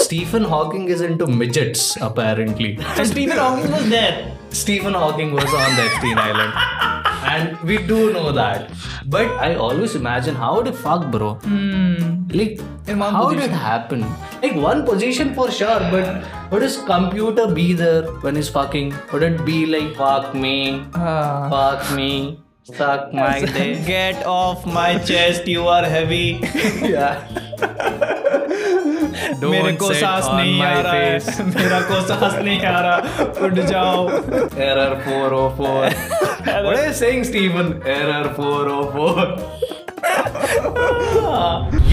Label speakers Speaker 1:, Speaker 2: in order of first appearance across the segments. Speaker 1: Stephen Hawking is into midgets, apparently.
Speaker 2: So Stephen Hawking was there.
Speaker 1: Stephen Hawking was on that teen island. And we do know that. But I always imagine how the fuck, bro. Like,
Speaker 2: Hmm. In one
Speaker 1: how
Speaker 2: position.
Speaker 1: did it happen? Like, one position for sure, but would his computer be there when he's fucking? Would it be like, fuck me,
Speaker 2: Ah."
Speaker 1: fuck me, suck my dick?
Speaker 2: Get off my chest, you are heavy. मेरे को
Speaker 1: sit
Speaker 2: सांस
Speaker 1: on
Speaker 2: नहीं
Speaker 1: my
Speaker 2: आ रहा
Speaker 1: face.
Speaker 2: है मेरा को सांस नहीं आ रहा उठ जाओ
Speaker 1: Error 404. what are you saying, Stephen? Error 404.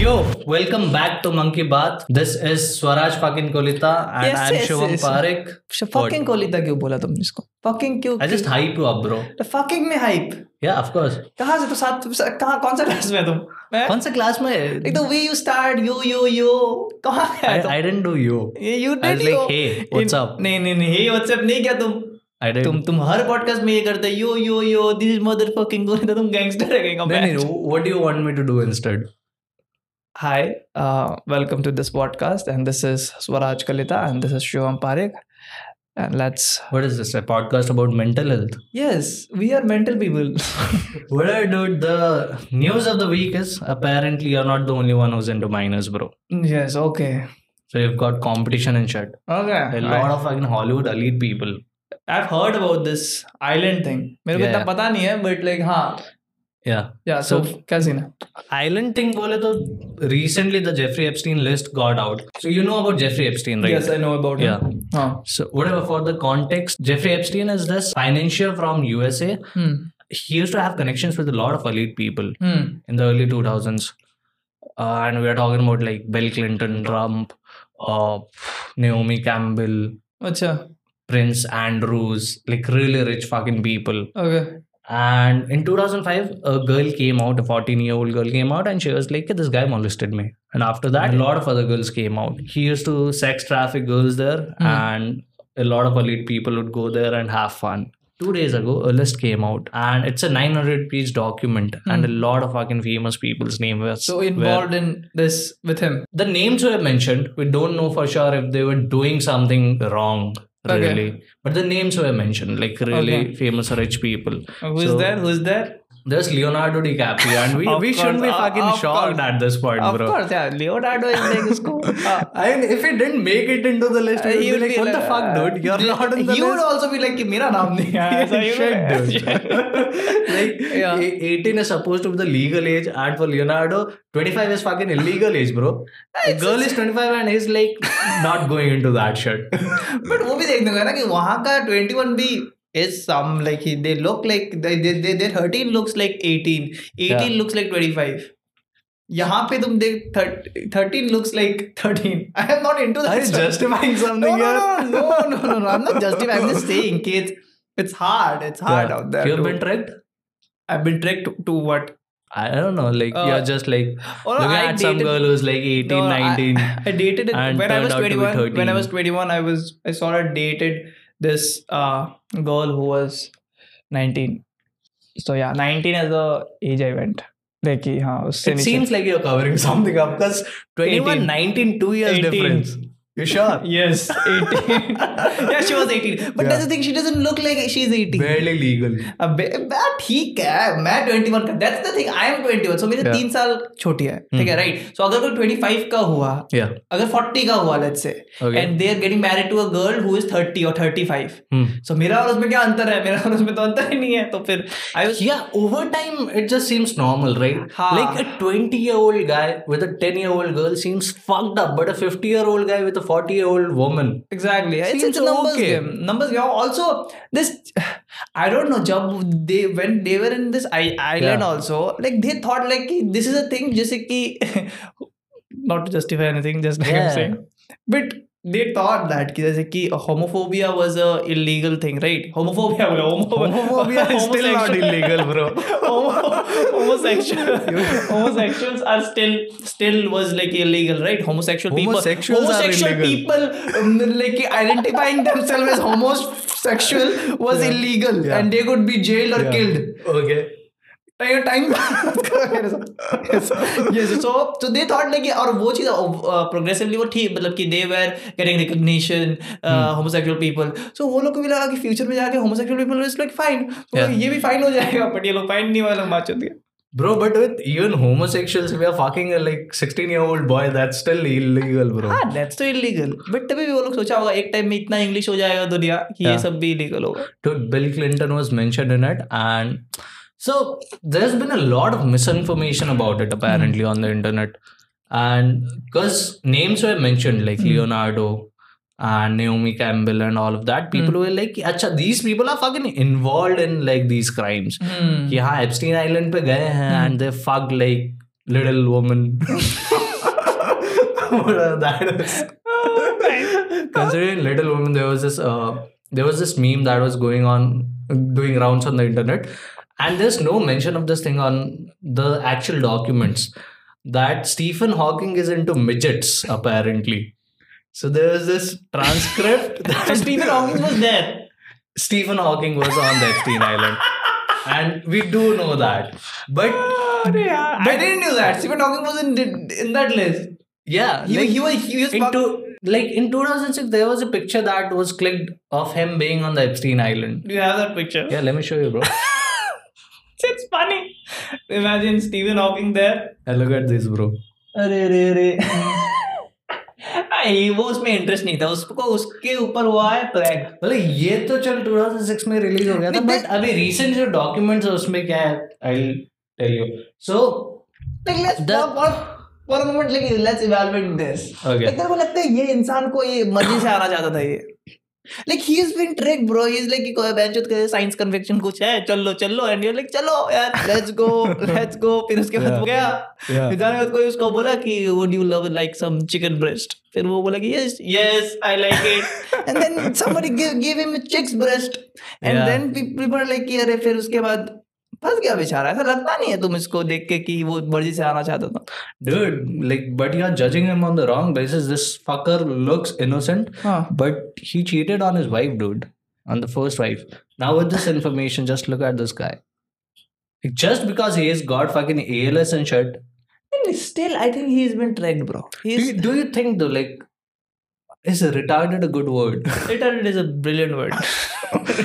Speaker 1: Yo, welcome back to Monkey Bath. This is Swaraj fucking Kolita and
Speaker 2: Yes,
Speaker 1: I'm
Speaker 2: yes,
Speaker 1: Shivam
Speaker 2: yes.
Speaker 1: Parekh.
Speaker 2: Fucking कोलिता क्यों बोला तुमने इसको फकिंग क्यों
Speaker 1: I just hype you up, bro.
Speaker 2: Fucking में hype
Speaker 1: Yeah, of course.
Speaker 2: कहाँ से तो साथ कहाँ कौन सा क्लास में है तुम तो मैं
Speaker 1: कौन सा क्लास में
Speaker 2: एकदम way you start you you you कहाँ गया
Speaker 1: I,
Speaker 2: तुम
Speaker 1: I didn't do you.
Speaker 2: ये you
Speaker 1: I
Speaker 2: did
Speaker 1: was like, hey, what's up?
Speaker 2: नहीं नहीं नहीं हे व्हाट्सएप नहीं क्या तुम
Speaker 1: I didn't.
Speaker 2: तुम तुम हर पॉडकास्ट में ये करते yo yo yo this mother fucking कोलिता तो तुम गैंगस्टर है
Speaker 1: No, no, no. What do you want me to do instead?
Speaker 2: Hi, uh, welcome to this podcast, and this is Swaraj Kalita, and this is Shivam Parekh. And let's
Speaker 1: What is this? A podcast about mental health?
Speaker 2: yes, we are mental people.
Speaker 1: Well, dude, the news of the week is apparently you're not the only one who's into minors, bro.
Speaker 2: yes, okay,
Speaker 1: So you've got competition and shit.
Speaker 2: okay.
Speaker 1: A lot of fucking Hollywood elite people.
Speaker 2: I've heard about this island thing. मेरे को
Speaker 1: Yeah.
Speaker 2: इतना पता नहीं है, but like हाँ,
Speaker 1: Yeah.
Speaker 2: yeah. So क्या scene है?
Speaker 1: Island thing बोले तो recently the Jeffrey Epstein list got out. So you know about Jeffrey Epstein, right?
Speaker 2: Yes, I know about it.
Speaker 1: Yeah.
Speaker 2: हाँ.
Speaker 1: So whatever for the context, Jeffrey Epstein is this financier from USA.
Speaker 2: Hmm.
Speaker 1: He used to have connections with a lot of elite people
Speaker 2: Hmm.
Speaker 1: in the early 2000s. Uh, and we are talking about like Bill Clinton, Trump, uh, Naomi Campbell,
Speaker 2: अच्छा,
Speaker 1: Prince Andrews, like really rich fucking people.
Speaker 2: okay.
Speaker 1: And in 2005, a girl came out, a 14 year old girl came out, and she was like, This guy molested me. And after that, a lot of other girls came out. He used to sex traffic girls there,
Speaker 2: Hmm.
Speaker 1: and a lot of elite people would go there and have fun. Two days ago, a list came out, and it's a 900 page document,
Speaker 2: Hmm.
Speaker 1: and a lot of fucking famous people's names were
Speaker 2: So
Speaker 1: were-
Speaker 2: involved in this with him.
Speaker 1: the names were mentioned. We don't know for sure if they were doing something wrong,
Speaker 2: Okay.
Speaker 1: really. But the names were mentioned, like really
Speaker 2: Okay. Uh,
Speaker 1: famous rich people.
Speaker 2: Who's
Speaker 1: So-
Speaker 2: there? Who's there?
Speaker 1: There's Leonardo DiCaprio, and we,
Speaker 2: Of
Speaker 1: we shouldn't be
Speaker 2: course, uh,
Speaker 1: fucking
Speaker 2: of
Speaker 1: shocked
Speaker 2: course.
Speaker 1: at this point,
Speaker 2: Of
Speaker 1: bro.
Speaker 2: course, yeah. Leonardo is like इसको. हाँ.
Speaker 1: I mean, if he didn't make it into the list,
Speaker 2: Uh,
Speaker 1: we
Speaker 2: you'd
Speaker 1: would Uh, be like,
Speaker 2: be
Speaker 1: what the
Speaker 2: like,
Speaker 1: fuck, dude? You're
Speaker 2: uh,
Speaker 1: not in the
Speaker 2: you would
Speaker 1: list.
Speaker 2: also be like कि मेरा नाम नहीं आया ऐसा you know?
Speaker 1: Shit, dude. like,
Speaker 2: Yeah.
Speaker 1: e- 18 is supposed to be the legal age, and for Leonardo, 25 is fucking illegal age, bro. The girl is 25 and he's like not going into that shit.
Speaker 2: but वो भी देख दूंगा ना कि वहाँ का 21 भी is some like he- they look like they they they their 13 looks like 18 18
Speaker 1: Yeah.
Speaker 2: looks like 25 यहाँ पे तुम देख थर्ट- 13 looks like 13 I am not into
Speaker 1: Are
Speaker 2: that
Speaker 1: you
Speaker 2: stuff.
Speaker 1: justifying
Speaker 2: no,
Speaker 1: something
Speaker 2: no,
Speaker 1: here?
Speaker 2: no, no, no, no, no, I'm not justifying. I'm just saying, कि it's it's hard. It's hard out there.
Speaker 1: You've
Speaker 2: to-
Speaker 1: been tricked?
Speaker 2: I've been tricked to, to what?
Speaker 1: I don't know. Like,
Speaker 2: Uh,
Speaker 1: you're just like
Speaker 2: Oh, no,
Speaker 1: looking
Speaker 2: I
Speaker 1: at some
Speaker 2: dated-
Speaker 1: girl who's like 18,
Speaker 2: No, I-
Speaker 1: 19.
Speaker 2: I dated it
Speaker 1: And
Speaker 2: when I
Speaker 1: turned
Speaker 2: was
Speaker 1: out to be
Speaker 2: 21.
Speaker 1: 13.
Speaker 2: When I was 21, I was I sort of dated this uh, girl who was 19. So yeah, 19 is the age I went. देखी हाँ उससे
Speaker 1: it seems like you're covering something up because 21,
Speaker 2: 18.
Speaker 1: 19, two years
Speaker 2: 18.
Speaker 1: difference. You sure?
Speaker 2: yes 18 yeah she was 18 but
Speaker 1: Yeah.
Speaker 2: that's the thing she doesn't look like she's 18
Speaker 1: Barely legal.
Speaker 2: अब ठीक है मैं 21 का that's the thing I am 21 so मेरे
Speaker 1: Yeah. Hmm.
Speaker 2: तीन साल छोटी है ठीक है right so अगर कोई 25 का हुआ
Speaker 1: Yeah.
Speaker 2: अगर 40 का हुआ let's say
Speaker 1: Okay.
Speaker 2: and they are getting married to a girl who is 30 or 35
Speaker 1: Hmm.
Speaker 2: सो मेरा और उसमें क्या अंतर है मेरा और उसमें तो अंतर ही नहीं है तो फिर I was
Speaker 1: Yeah, over time it just seems normal, right?
Speaker 2: Ha.
Speaker 1: Like a 20 year old guy with a 10 year old girl seems fucked up, but a 50 year old guy with a 40 year old woman.
Speaker 2: Exactly it's
Speaker 1: Seems
Speaker 2: it's numbers
Speaker 1: okay.
Speaker 2: Game numbers game also this I don't know जब they when they were in this island
Speaker 1: Yeah.
Speaker 2: Also like they thought like कि this is a thing जैसे कि not to justify anything just like I am
Speaker 1: Yeah.
Speaker 2: Saying but they thought that कि जैसे कि homophobia was a illegal thing right homophobia बोला
Speaker 1: Homophobia is Oh, still not illegal, bro.
Speaker 2: Homo- homosexual homosexuals are still still was like illegal right homosexual people
Speaker 1: Homosexuals are
Speaker 2: homosexual
Speaker 1: illegal.
Speaker 2: people um, like identifying themselves as homosexual was illegal
Speaker 1: Yeah.
Speaker 2: and they could be jailed or
Speaker 1: Yeah.
Speaker 2: killed
Speaker 1: Okay.
Speaker 2: मैं तो ये time करो मेरे साथ Yes. Yes. so so they thought like और वो चीज progressively वो ठीक मतलब कि they were getting recognition
Speaker 1: Hmm.
Speaker 2: uh, homosexual people so वो लोग को भी लगा कि फ्यूचर में जाके homosexual people is like fine तो
Speaker 1: Yeah.
Speaker 2: ये भी फाइन हो जाएगा बट ये लोग फाइन नहीं वाले लोग बात चलती है
Speaker 1: Bro, but with even homosexuals, we are fucking a like 16 year old boy. That's still illegal, bro.
Speaker 2: हाँ that's तो illegal बट तभी भी वो लोग सोचा होगा एक टाइम में इतना इंग्लिश हो जाएगा दुनिया कि ये
Speaker 1: Yeah.
Speaker 2: सब भी illegal होगा
Speaker 1: Dude, Bill Clinton was mentioned in it, and so there's been a lot of misinformation about it apparently on the internet, and because names were mentioned like
Speaker 2: Mm.
Speaker 1: Leonardo and Naomi Campbell and all of that, people were like, "Acha, these people are fucking involved in like these crimes."
Speaker 2: Hmm.
Speaker 1: कि हाँ Epstein island पे गए हैं and they fuck like little women Considering Little Women, there was this uh, there was this meme that was going on, doing rounds on the internet, and there's no mention of this thing on the actual documents that Stephen Hawking is into midgets apparently. So there was this transcript that
Speaker 2: So Stephen Hawking was there.
Speaker 1: Stephen Hawking was on the Epstein Island. And we do know that. But
Speaker 2: अरे यार I didn't know that. Stephen Hawking was in in that list.
Speaker 1: yeah,
Speaker 2: He
Speaker 1: like,
Speaker 2: he was he was
Speaker 1: in two, like in 2006, there was a picture that was clicked of him being on the Epstein Island.
Speaker 2: Do you have that picture?
Speaker 1: Yeah, let me show you, bro.
Speaker 2: It's funny. Imagine Stephen Hawking there.
Speaker 1: Now look at this, bro.
Speaker 2: अरे अरे अरे वो उसमें interest नहीं था उसको उसके ऊपर हुआ है प्रैंक
Speaker 1: मतलब ये तो चल 2006 में रिलीज हो गया था
Speaker 2: नहीं,
Speaker 1: बट अभी recent जो डॉक्यूमेंट्स है उसमें क्या है I tell you so
Speaker 2: like let's
Speaker 1: The-
Speaker 2: for, for, for a moment like let's evaluate this
Speaker 1: Okay.
Speaker 2: like तेरे को लगता है ये इंसान को ये मर्जी से आना चाहता था ये like he has been tricked bro he is like कोई बेंचोत के साइंस कन्वेक्शन कुछ है चलो चलो and you're like चलो यार let's go let's go फिर उसके बाद
Speaker 1: Yeah.
Speaker 2: हो गया फिर जाने के बाद कोई उसको बोला कि would you love like some chicken breast फिर वो बोला कि yes yes I like it and then somebody give give him a chick's breast and
Speaker 1: Yeah.
Speaker 2: then people were like कि अरे फिर उसके बाद फंस गया बेचारा ऐसा लगता नहीं है तुम इसको देख के कि वो मर्जी से आना चाहता था
Speaker 1: dude like but you are judging him on the wrong basis this fucker looks innocent
Speaker 2: हाँ
Speaker 1: But he cheated on his wife, dude. On the first wife. Now with this information, just look at this guy. Just because he has got fucking ALS and shit.
Speaker 2: and still I think he's been tricked bro
Speaker 1: Do you,
Speaker 2: he's
Speaker 1: do you think though, like, is retarded a good word?
Speaker 2: retarded is a brilliant word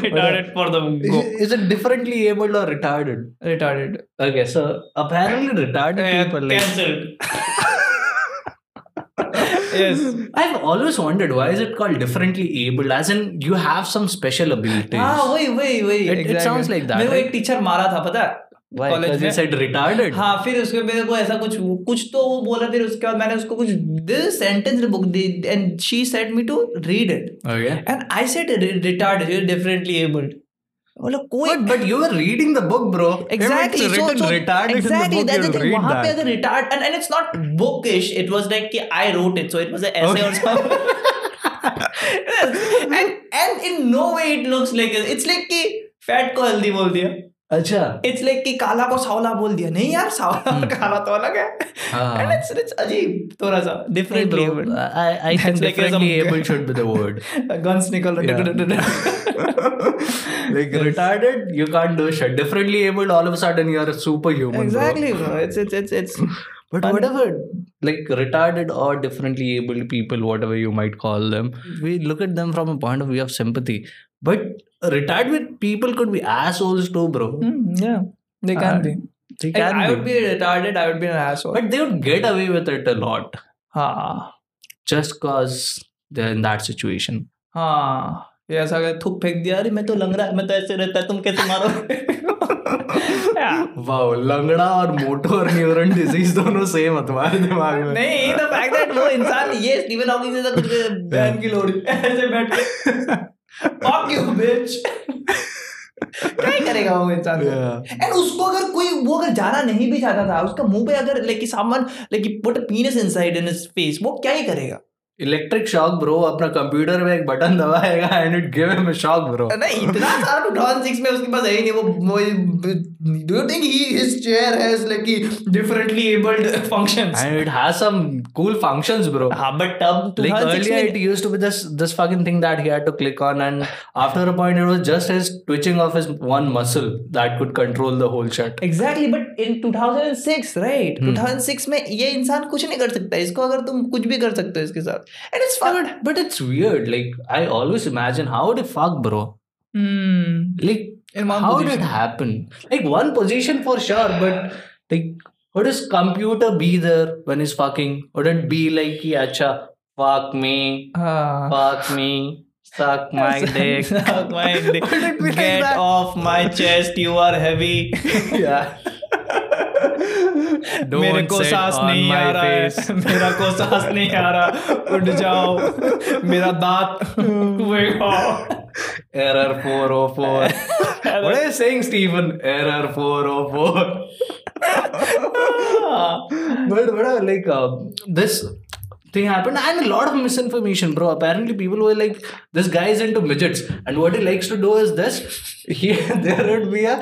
Speaker 2: retarded for the
Speaker 1: Is
Speaker 2: go
Speaker 1: it- is it differently abled or retarded?
Speaker 2: retarded
Speaker 1: Okay, so apparently retarded people like.
Speaker 2: yes
Speaker 1: I've always wondered why is it called differently abled? As in, you have some special abilities.
Speaker 2: हाँ वही वही वही
Speaker 1: It- it
Speaker 2: exactly.
Speaker 1: sounds like that,
Speaker 2: मेरे को
Speaker 1: right?
Speaker 2: एक teacher मारा था पता है?
Speaker 1: Why?
Speaker 2: college
Speaker 1: Because you
Speaker 2: में-
Speaker 1: said retarded.
Speaker 2: हाँ फिर उसके मेरे को ऐसा कुछ कुछ तो वो बोला फिर उसके बाद मैंने उसको कुछ दिस सेंटेंस बुक दी and she said me to read it
Speaker 1: Okay.
Speaker 2: And I said retard you differently abled मतलब कोई
Speaker 1: But, but you were reading the book, bro. If it's
Speaker 2: Exactly. So,
Speaker 1: written
Speaker 2: so
Speaker 1: retarded in the
Speaker 2: exactly.
Speaker 1: book,
Speaker 2: That's the
Speaker 1: you'll
Speaker 2: thing.
Speaker 1: read
Speaker 2: वहाँ पे
Speaker 1: that.
Speaker 2: अगर retard and and it's not bookish. It was like कि I wrote it, so it was an essay or
Speaker 1: Okay.
Speaker 2: something. Yes. and and in no way it looks like it. It's like कि fat को healthy बोल दिया
Speaker 1: अच्छा
Speaker 2: it's like कि काला को सावला बोल दिया नहीं यार सावला और काला तो अलग है
Speaker 1: हम्म। हाँ।
Speaker 2: एंड इट्स इट्स अजीब थोड़ा सा
Speaker 1: Hey,
Speaker 2: different
Speaker 1: bro, I, I think
Speaker 2: That's like some-
Speaker 1: differently able should be the word.
Speaker 2: गन्स निकल
Speaker 1: like retarded, you can't do shit. Differently able, all of a sudden you're a superhuman. Bro.
Speaker 2: Exactly bro it's it's it's
Speaker 1: But whatever, like retarded or differently able people, whatever you might call them, we look at them from a point of view of sympathy. But retarded people could be assholes too, bro.
Speaker 2: hmm, yeah they
Speaker 1: can
Speaker 2: be
Speaker 1: They
Speaker 2: Like,
Speaker 1: can
Speaker 2: I
Speaker 1: be.
Speaker 2: would be retarded. I would be an asshole.
Speaker 1: But they would get away with it a lot.
Speaker 2: हाँ
Speaker 1: just because they're in that situation.
Speaker 2: हाँ ये ऐसा अगर थूक फेंक दिया अरे मैं तो लंगड़ा मैं तो ऐसे रहता तुम कैसे मारो Yeah.
Speaker 1: Wow, लंगड़ा और मोटो और न्यूरल डिजीज दोनों सेम है तुम्हारे दिमाग में
Speaker 2: नहीं the fact that वो इंसान ये स्टीवन हॉकिंग जैसा कुछ बैन की लोड ऐसे बैठ के fuck you bitch क्या ही करेगा वो इंसान
Speaker 1: Yeah.
Speaker 2: एंड उसको अगर कोई वो अगर जाना नहीं भी चाहता था उसका मुंह पे अगर लाइक सामान like put penis inside in his face वो क्या ही करेगा
Speaker 1: इलेक्ट्रिक शॉक ब्रो अपना कंप्यूटर में एक बटन दबाएगा and it give him shock bro
Speaker 2: नहीं इतना सारा 2006 में उसके पास है ही नहीं वो वो do you think he his chair has like कि differently abled functions
Speaker 1: And it has some cool functions, bro.
Speaker 2: हां बट तब
Speaker 1: Like
Speaker 2: 2006
Speaker 1: earlier,
Speaker 2: में
Speaker 1: it used to be this this fucking thing that he had to click on, and after a point, it was just his twitching of his one muscle that could control the whole shit.
Speaker 2: Exactly but in 2006
Speaker 1: Hmm.
Speaker 2: Right 2006 में ये इंसान कुछ नहीं कर सकता इसको अगर तुम कुछ भी कर सकते हो इसके साथ and it's fun
Speaker 1: But it's weird. Like I always imagine how the fuck, bro. Hmm. Like
Speaker 2: In one
Speaker 1: how
Speaker 2: position.
Speaker 1: did it happen? Like one position for sure, but like would his computer be there when he's fucking? Would it be like, "Ki, acha, fuck me,
Speaker 2: हां
Speaker 1: fuck me, suck my dick?
Speaker 2: Suck my dick.
Speaker 1: Would it be like
Speaker 2: Get
Speaker 1: that?
Speaker 2: off my chest, you are heavy.
Speaker 1: Yeah. Don't
Speaker 2: मेरे को
Speaker 1: sit
Speaker 2: सांस
Speaker 1: on
Speaker 2: नहीं
Speaker 1: my
Speaker 2: आ रहा
Speaker 1: face.
Speaker 2: है मेरा को सांस नहीं आ रहा उठ जाओ मेरा दांत
Speaker 1: Error 404. what are you saying, Stephen? Error 404. but what are, like uh, this thing happened and a lot of misinformation, bro. Apparently, people were like, "This guy is into midgets," and what he likes to do is this. He there would be a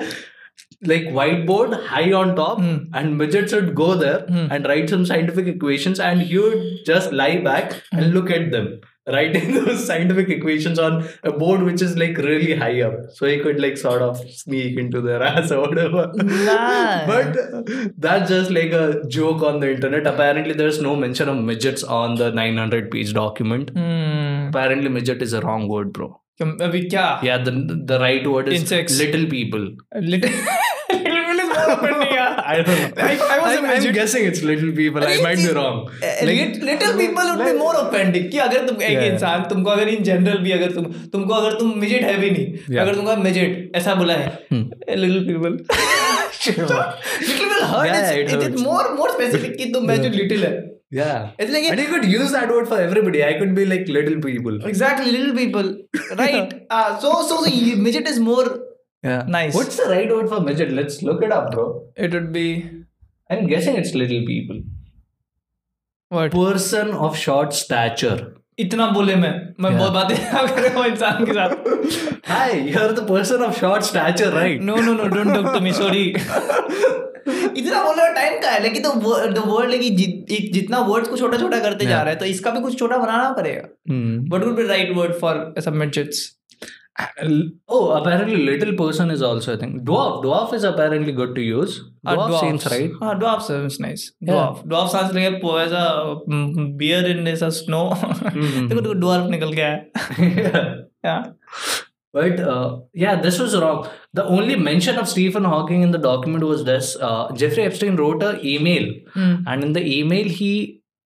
Speaker 1: like whiteboard high on top and midgets would go there and write some scientific equations and he would just lie back and look at them writing those scientific equations on a board which is like really high up so he could like sort of sneak into their ass or whatever
Speaker 2: Nice.
Speaker 1: but that's just like a joke on the internet apparently there's no mention of midgets on the 900 page document apparently midget is a wrong word bro
Speaker 2: अभी क्या
Speaker 1: yeah the the right word is
Speaker 2: Insects.
Speaker 1: little people
Speaker 2: little little is more open
Speaker 1: I don't know.
Speaker 2: I- I was
Speaker 1: I'm,
Speaker 2: a
Speaker 1: I'm
Speaker 2: midget.
Speaker 1: guessing it's little people. I
Speaker 2: अरे
Speaker 1: might be
Speaker 2: इस-
Speaker 1: wrong.
Speaker 2: uh, little people would be more offended कि अगर तुम एक
Speaker 1: Yeah.
Speaker 2: इंसान तुमको अगर in general भी अगर तुम तुमको अगर तुम midget है भी नहीं
Speaker 1: Yeah. Hmm.
Speaker 2: अगर तुमको midget ऐसा बोला है little
Speaker 1: Yeah, it
Speaker 2: people little people hurt it is
Speaker 1: hurts.
Speaker 2: More more specific कि तुम मैं जो लिटिल है
Speaker 1: yeah.
Speaker 2: It's like
Speaker 1: And you could use that word for everybody. I could be like little people.
Speaker 2: exactly little people right uh, so so so you- midget is more
Speaker 1: Yeah.
Speaker 2: Nice.
Speaker 1: What's the right word for midget? Let's look it up, bro.
Speaker 2: it would be
Speaker 1: I'm guessing it's little people.
Speaker 2: what
Speaker 1: Person of short stature.
Speaker 2: इतना बोले मैं मैं
Speaker 1: Yeah.
Speaker 2: बहुत बातें कर रहा हूँ इंसान के साथ
Speaker 1: Hi, you're the person of short stature, right?
Speaker 2: No no no don't talk to me sorry इतना बोलने का टाइम का है लेकिन तो द वर्ड लेकिन जि- इ- जितना वर्ड्स को छोटा छोटा करते जा रहा है तो इसका भी कुछ छोटा बनाना पड़ेगा
Speaker 1: Hmm.
Speaker 2: What would be right word for सब midgets
Speaker 1: Oh, apparently little person is also a thing. Dwarf. Dwarf is apparently good to use.
Speaker 2: Uh,
Speaker 1: Dwarf seems right.
Speaker 2: हां डॉफ सेंस नाइस डॉफ डॉफ सांस लगे पोएसा बियर इन ऐसा स्नो
Speaker 1: Hmm.
Speaker 2: देखो देखो डॉफ निकल गया है Yeah.
Speaker 1: But uh, yeah, this was wrong. The only mention of Stephen Hawking in the document was this. Uh, Jeffrey Epstein wrote a email, and in the email he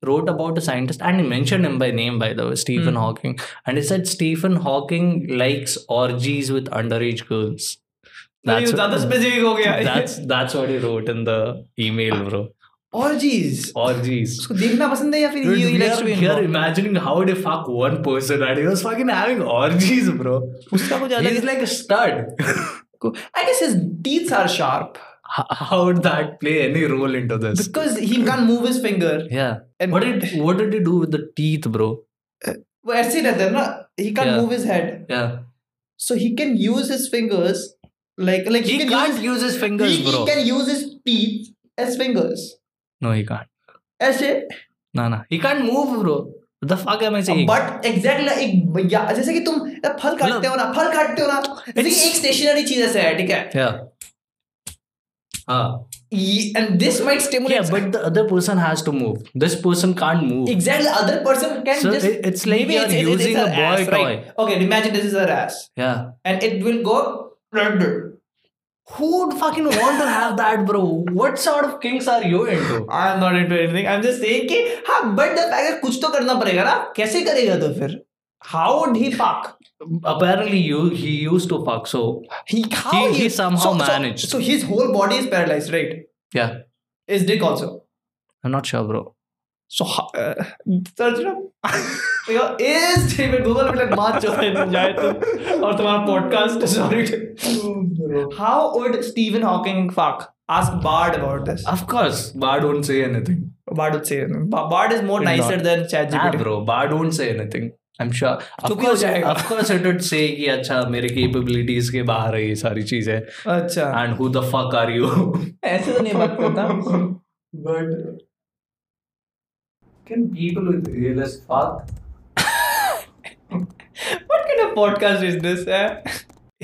Speaker 1: wrote about a scientist, and he mentioned him by name, by the way, Stephen
Speaker 2: Hmm.
Speaker 1: Hawking. And he said Stephen Hawking likes orgies with underage girls.
Speaker 2: तो ये
Speaker 1: what-
Speaker 2: ज्यादा specific हो गया
Speaker 1: that's that's what he wrote in the email, bro.
Speaker 2: और चीज
Speaker 1: Orgies.
Speaker 2: उसको देखना पसंद है या फिर
Speaker 1: Dude,
Speaker 2: he- he
Speaker 1: we
Speaker 2: likes
Speaker 1: are,
Speaker 2: to be
Speaker 1: we are
Speaker 2: involved?
Speaker 1: imagining how they fuck one person and he was fucking having orgies, bro.
Speaker 2: उसका कुछ अलग
Speaker 1: He's like a stud.
Speaker 2: I guess his teeth are sharp
Speaker 1: H- how would that play any role into this?
Speaker 2: because he can't move his finger.
Speaker 1: Yeah.
Speaker 2: And-
Speaker 1: what did what did he do with the teeth, bro?
Speaker 2: वो ऐसे ही रहता है ना. He can't
Speaker 1: Yeah.
Speaker 2: move his head,
Speaker 1: Yeah.
Speaker 2: so he can use his fingers like like
Speaker 1: He,
Speaker 2: can
Speaker 1: can't
Speaker 2: use,
Speaker 1: use his fingers,
Speaker 2: he,
Speaker 1: bro.
Speaker 2: he can use his teeth as fingers.
Speaker 1: No, he can't.
Speaker 2: ऐसे
Speaker 1: Nah, nah. He can't move, bro. What the fuck am I saying?
Speaker 2: But exactly एक या जैसे कि तुम फल काटते हो ना फल काटते हो ना जैसे कि एक स्टेशनरी चीज ऐसे है ठीक है
Speaker 1: yeah. Ah.
Speaker 2: And this might
Speaker 1: Yeah,
Speaker 2: stimulate
Speaker 1: but the other person has to move. This person can't move.
Speaker 2: Exactly other person can
Speaker 1: So
Speaker 2: just
Speaker 1: it- it's like you're using a boy toy.
Speaker 2: Okay imagine this is a race
Speaker 1: Yeah.
Speaker 2: and it will go plunder.
Speaker 1: Who would fucking want to have that, bro? What sort of kinks are you into?
Speaker 2: I'm not into anything. I'm just saying कि हाँ but the fact है, कुछ तो करना पड़ेगा ना कैसे करेगा तो फिर how would he fuck
Speaker 1: Apparently, you he used to fuck. So
Speaker 2: he how
Speaker 1: He- he somehow
Speaker 2: so,
Speaker 1: managed.
Speaker 2: so, so his whole body is paralyzed right
Speaker 1: yeah,
Speaker 2: his dick also
Speaker 1: I'm not sure, bro.
Speaker 2: so how- uh, search it up Your is David Google पे like मार चोर है तुम जाए तुम और तुम्हारा podcast sorry how would Stephen Hawking fuck ask Bard about this
Speaker 1: Of course, Bard won't say anything.
Speaker 2: Bard would say Ba- Bard is more
Speaker 1: Will
Speaker 2: nicer
Speaker 1: not.
Speaker 2: than
Speaker 1: Ah,
Speaker 2: ChatGPT.
Speaker 1: bro, Bard won't say anything. I'm sure.
Speaker 2: चुप
Speaker 1: Of
Speaker 2: ही हो
Speaker 1: course,
Speaker 2: जाएगा।
Speaker 1: of course, it would say कि अच्छा मेरे capabilities के बाहर है ये सारी चीजें
Speaker 2: अच्छा
Speaker 1: and who the fuck are you?
Speaker 2: ऐसे तो नहीं बात करता
Speaker 1: But can people with ALS fuck?
Speaker 2: What kind of podcast is this? eh?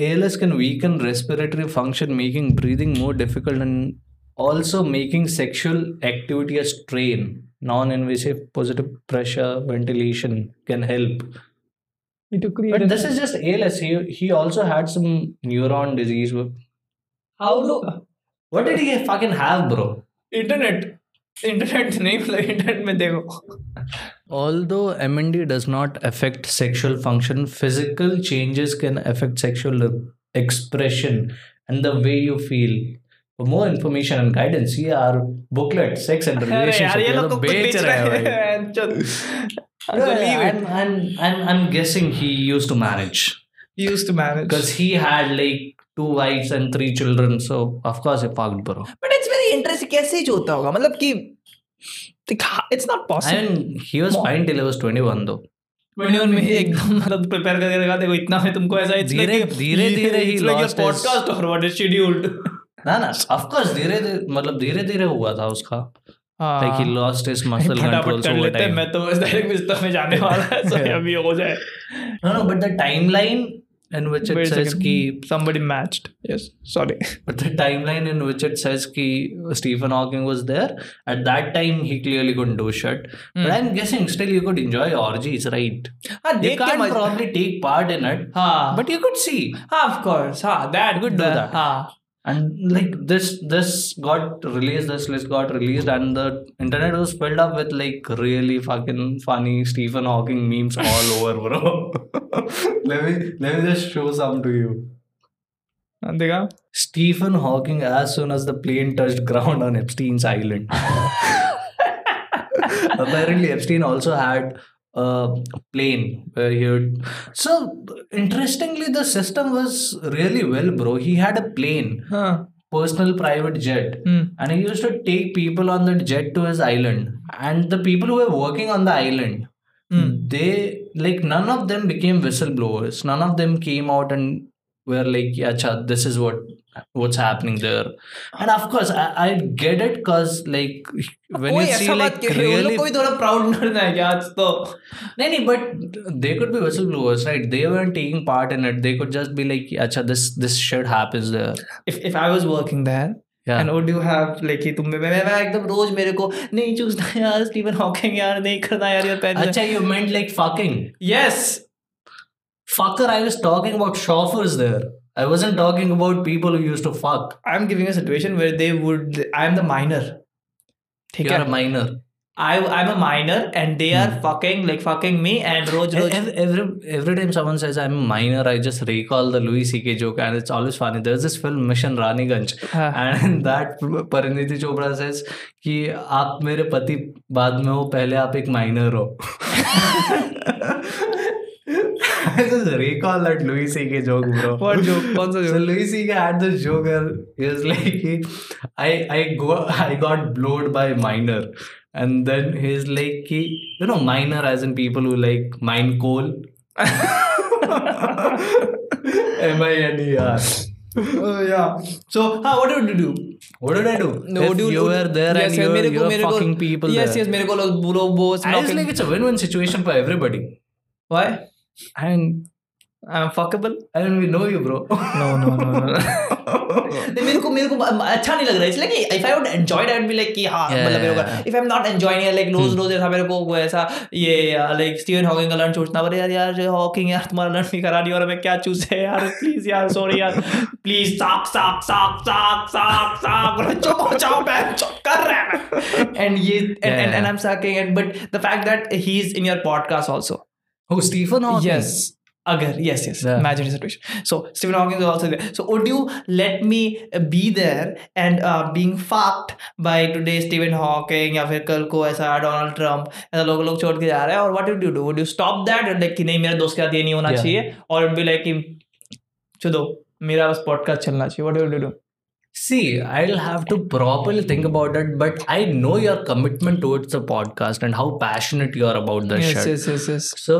Speaker 1: ALS can weaken respiratory function, making breathing more difficult and also making sexual activity a strain. Non-invasive positive pressure ventilation can help. But this is just ALS. He, he also had some neuron disease. How do? What did he fucking have, bro?
Speaker 2: internet internet नहीं मतलब internet में देखो
Speaker 1: Although MND does not affect sexual function, physical changes can affect sexual expression and the way you feel. For more information and guidance, see our booklet, Sex and
Speaker 2: अरे यार
Speaker 1: Relationship.
Speaker 2: ये
Speaker 1: ये
Speaker 2: लोग
Speaker 1: तो
Speaker 2: को कुछ
Speaker 1: बेच
Speaker 2: बेच
Speaker 1: रहा है भाई।
Speaker 2: रहे हैं चल तो
Speaker 1: No,
Speaker 2: leave it
Speaker 1: I'm, I'm, I'm, I'm guessing he used to manage
Speaker 2: he used to manage
Speaker 1: because he had like two wives and three children. So, of course, he fucked, bro.
Speaker 2: But it's very interesting कैसे जो होता होगा मतलब कि हाँ, it's not
Speaker 1: I
Speaker 2: possible
Speaker 1: mean, he was
Speaker 2: Mom.
Speaker 1: fine till he was 21 though.
Speaker 2: One में ही एकदम मतलब प्रिपेयर करके लगा देखो इतना है तुमको ऐसा it's
Speaker 1: धीरे-
Speaker 2: like-
Speaker 1: धीरे- धीरे ही
Speaker 2: it's like your
Speaker 1: lost his-
Speaker 2: podcast or what is scheduled
Speaker 1: ना ना of course धीरे धीरे मतलब धीरे धीरे हुआ था उसका like he lost his muscle
Speaker 2: हाँ। फटाफट
Speaker 1: controls
Speaker 2: कर
Speaker 1: over
Speaker 2: लेते हैं
Speaker 1: time
Speaker 2: मैं तो बस डायरेक्ट बिस्तर में जाने वाला है so
Speaker 1: Yeah.
Speaker 2: अभी हो जाए
Speaker 1: no no but the timeline in which it
Speaker 2: Wait a
Speaker 1: says
Speaker 2: second.
Speaker 1: ki
Speaker 2: somebody matched yes sorry
Speaker 1: but the timeline in which it says ki Stephen Hawking was there at that time he clearly couldn't do shit but I'm guessing still you could enjoy orgies right
Speaker 2: Hmm. हाँ
Speaker 1: you
Speaker 2: देख के
Speaker 1: can't
Speaker 2: मजा
Speaker 1: probably take part in it
Speaker 2: हाँ
Speaker 1: but you could see
Speaker 2: हाँ of course हाँ that
Speaker 1: could do
Speaker 2: the-
Speaker 1: that.
Speaker 2: हाँ
Speaker 1: and like this this got released this list got released and the internet was filled up with like really fucking funny stephen hawking memes all over bro let me let me just show some to you
Speaker 2: हाँ, देखा
Speaker 1: stephen hawking as soon as the plane touched ground on epstein's island apparently epstein also had a plane where he would... so interestingly the system was really well bro he had a plane
Speaker 2: हाँ
Speaker 1: personal private jet
Speaker 2: hmm
Speaker 1: and he used to take people on the jet to his island and the people who were working on the island Hmm.
Speaker 2: Hmm
Speaker 1: they like none of them became whistleblowers none of them came out and were like yeah acha, this is what what's happening there and of course i, I get it because like when you
Speaker 2: कोई
Speaker 1: see
Speaker 2: ऐसा
Speaker 1: like
Speaker 2: बात कह रहे हो, उन लोग
Speaker 1: really
Speaker 2: को भी थोड़ा प्राउड करना है कि आज तो
Speaker 1: No, no, but they could be whistleblowers, right? They weren't taking part in it. They could just be like, "Acha, this this shit happens there."
Speaker 2: if if I was working there
Speaker 1: Yeah.
Speaker 2: and would you have like कि तुम मैं मैं एकदम रोज मेरे को नहीं चूसना है यार स्टीवन हॉकिंग यार नहीं करना यार your pain
Speaker 1: Acha, you meant like fucking.
Speaker 2: Yes
Speaker 1: Fucker, I was talking about chauffeurs there. I wasn't talking about people who used to fuck.
Speaker 2: I am giving a situation where they would I am the minor ठीक
Speaker 1: You're
Speaker 2: है
Speaker 1: a minor.
Speaker 2: I I am a minor and they are fucking like fucking me and रोज रोज
Speaker 1: Every, every, every time someone says I'm a minor, I just recall the Louis C.K. joke, and it's always funny. There's this film Mission Raniganj,
Speaker 2: eh,
Speaker 1: and in that Pariniti Chopra says कि आप मेरे पति बाद में हो पहले आप एक minor हो. I just recall that Louis C.K. joke, bro.
Speaker 2: What joke? कौन सा
Speaker 1: So
Speaker 2: joke?
Speaker 1: Louis C.K. had this joke where he was like, he- I I go I got blowed by minor, and then he's like, he, you know, minor as in people who like mine coal. M I N E R. Oh,
Speaker 2: या सो हां what do you do
Speaker 1: What did I do?
Speaker 2: No,
Speaker 1: if
Speaker 2: dude,
Speaker 1: you
Speaker 2: dude.
Speaker 1: were there
Speaker 2: yes,
Speaker 1: and
Speaker 2: yes,
Speaker 1: you were,
Speaker 2: मेरे
Speaker 1: you
Speaker 2: को
Speaker 1: were
Speaker 2: मेरे
Speaker 1: fucking
Speaker 2: को
Speaker 1: people
Speaker 2: yes,
Speaker 1: there.
Speaker 2: yes मेरे को लोग बुरो Bose
Speaker 1: I was like, it's a win-win situation for everybody.
Speaker 2: why
Speaker 1: And
Speaker 2: I'm fuckable
Speaker 1: I mean, we know you, bro.
Speaker 2: no no no no नहीं, तो मेरे को मेरे को अच्छा नहीं लग रहा है इसलिए कि if I would enjoy I would be like कि हां
Speaker 1: Yeah,
Speaker 2: मतलब मेरे
Speaker 1: yeah, Hmm.
Speaker 2: को if I am not enjoying like रोज रोज ऐसा मेरे को वो ऐसा ये लाइक स्टीवन हॉकिंग का लर्न चूसना पड़े यार यार हॉकिंग यार तुम्हारा लर्न भी करा नहीं और मैं क्या चूसे यार प्लीज यार सॉरी यार प्लीज साक साक साक साक साक साक चुप हो जाओ मैं चुप कर रहा है एंड ये and
Speaker 1: Yeah,
Speaker 2: and
Speaker 1: yeah.
Speaker 2: I am sucking and but the fact that he is in your podcast also
Speaker 1: oh, Stephen Hawking.
Speaker 2: Yes. Agar, yes, yes.
Speaker 1: Yeah.
Speaker 2: Imaginary situation. So Stephen Hawking is also there. So would you let me uh, be there and uh, being fucked by today Stephen Hawking या फिर कल को ऐसा Donald Trump ऐसा लोग लोग छोड़ के जा रहे हैं और what would you do? Would you stop that and like कि नहीं मेरे दोस्त के साथ ये नहीं होना
Speaker 1: Yeah.
Speaker 2: चाहिए और be like कि चलो मेरा बस podcast चलना चाहिए. What would you do?
Speaker 1: See, I'll have to properly think about it, but I know your commitment towards the podcast and how passionate you are about this
Speaker 2: yes
Speaker 1: shit.
Speaker 2: yes yes yes
Speaker 1: So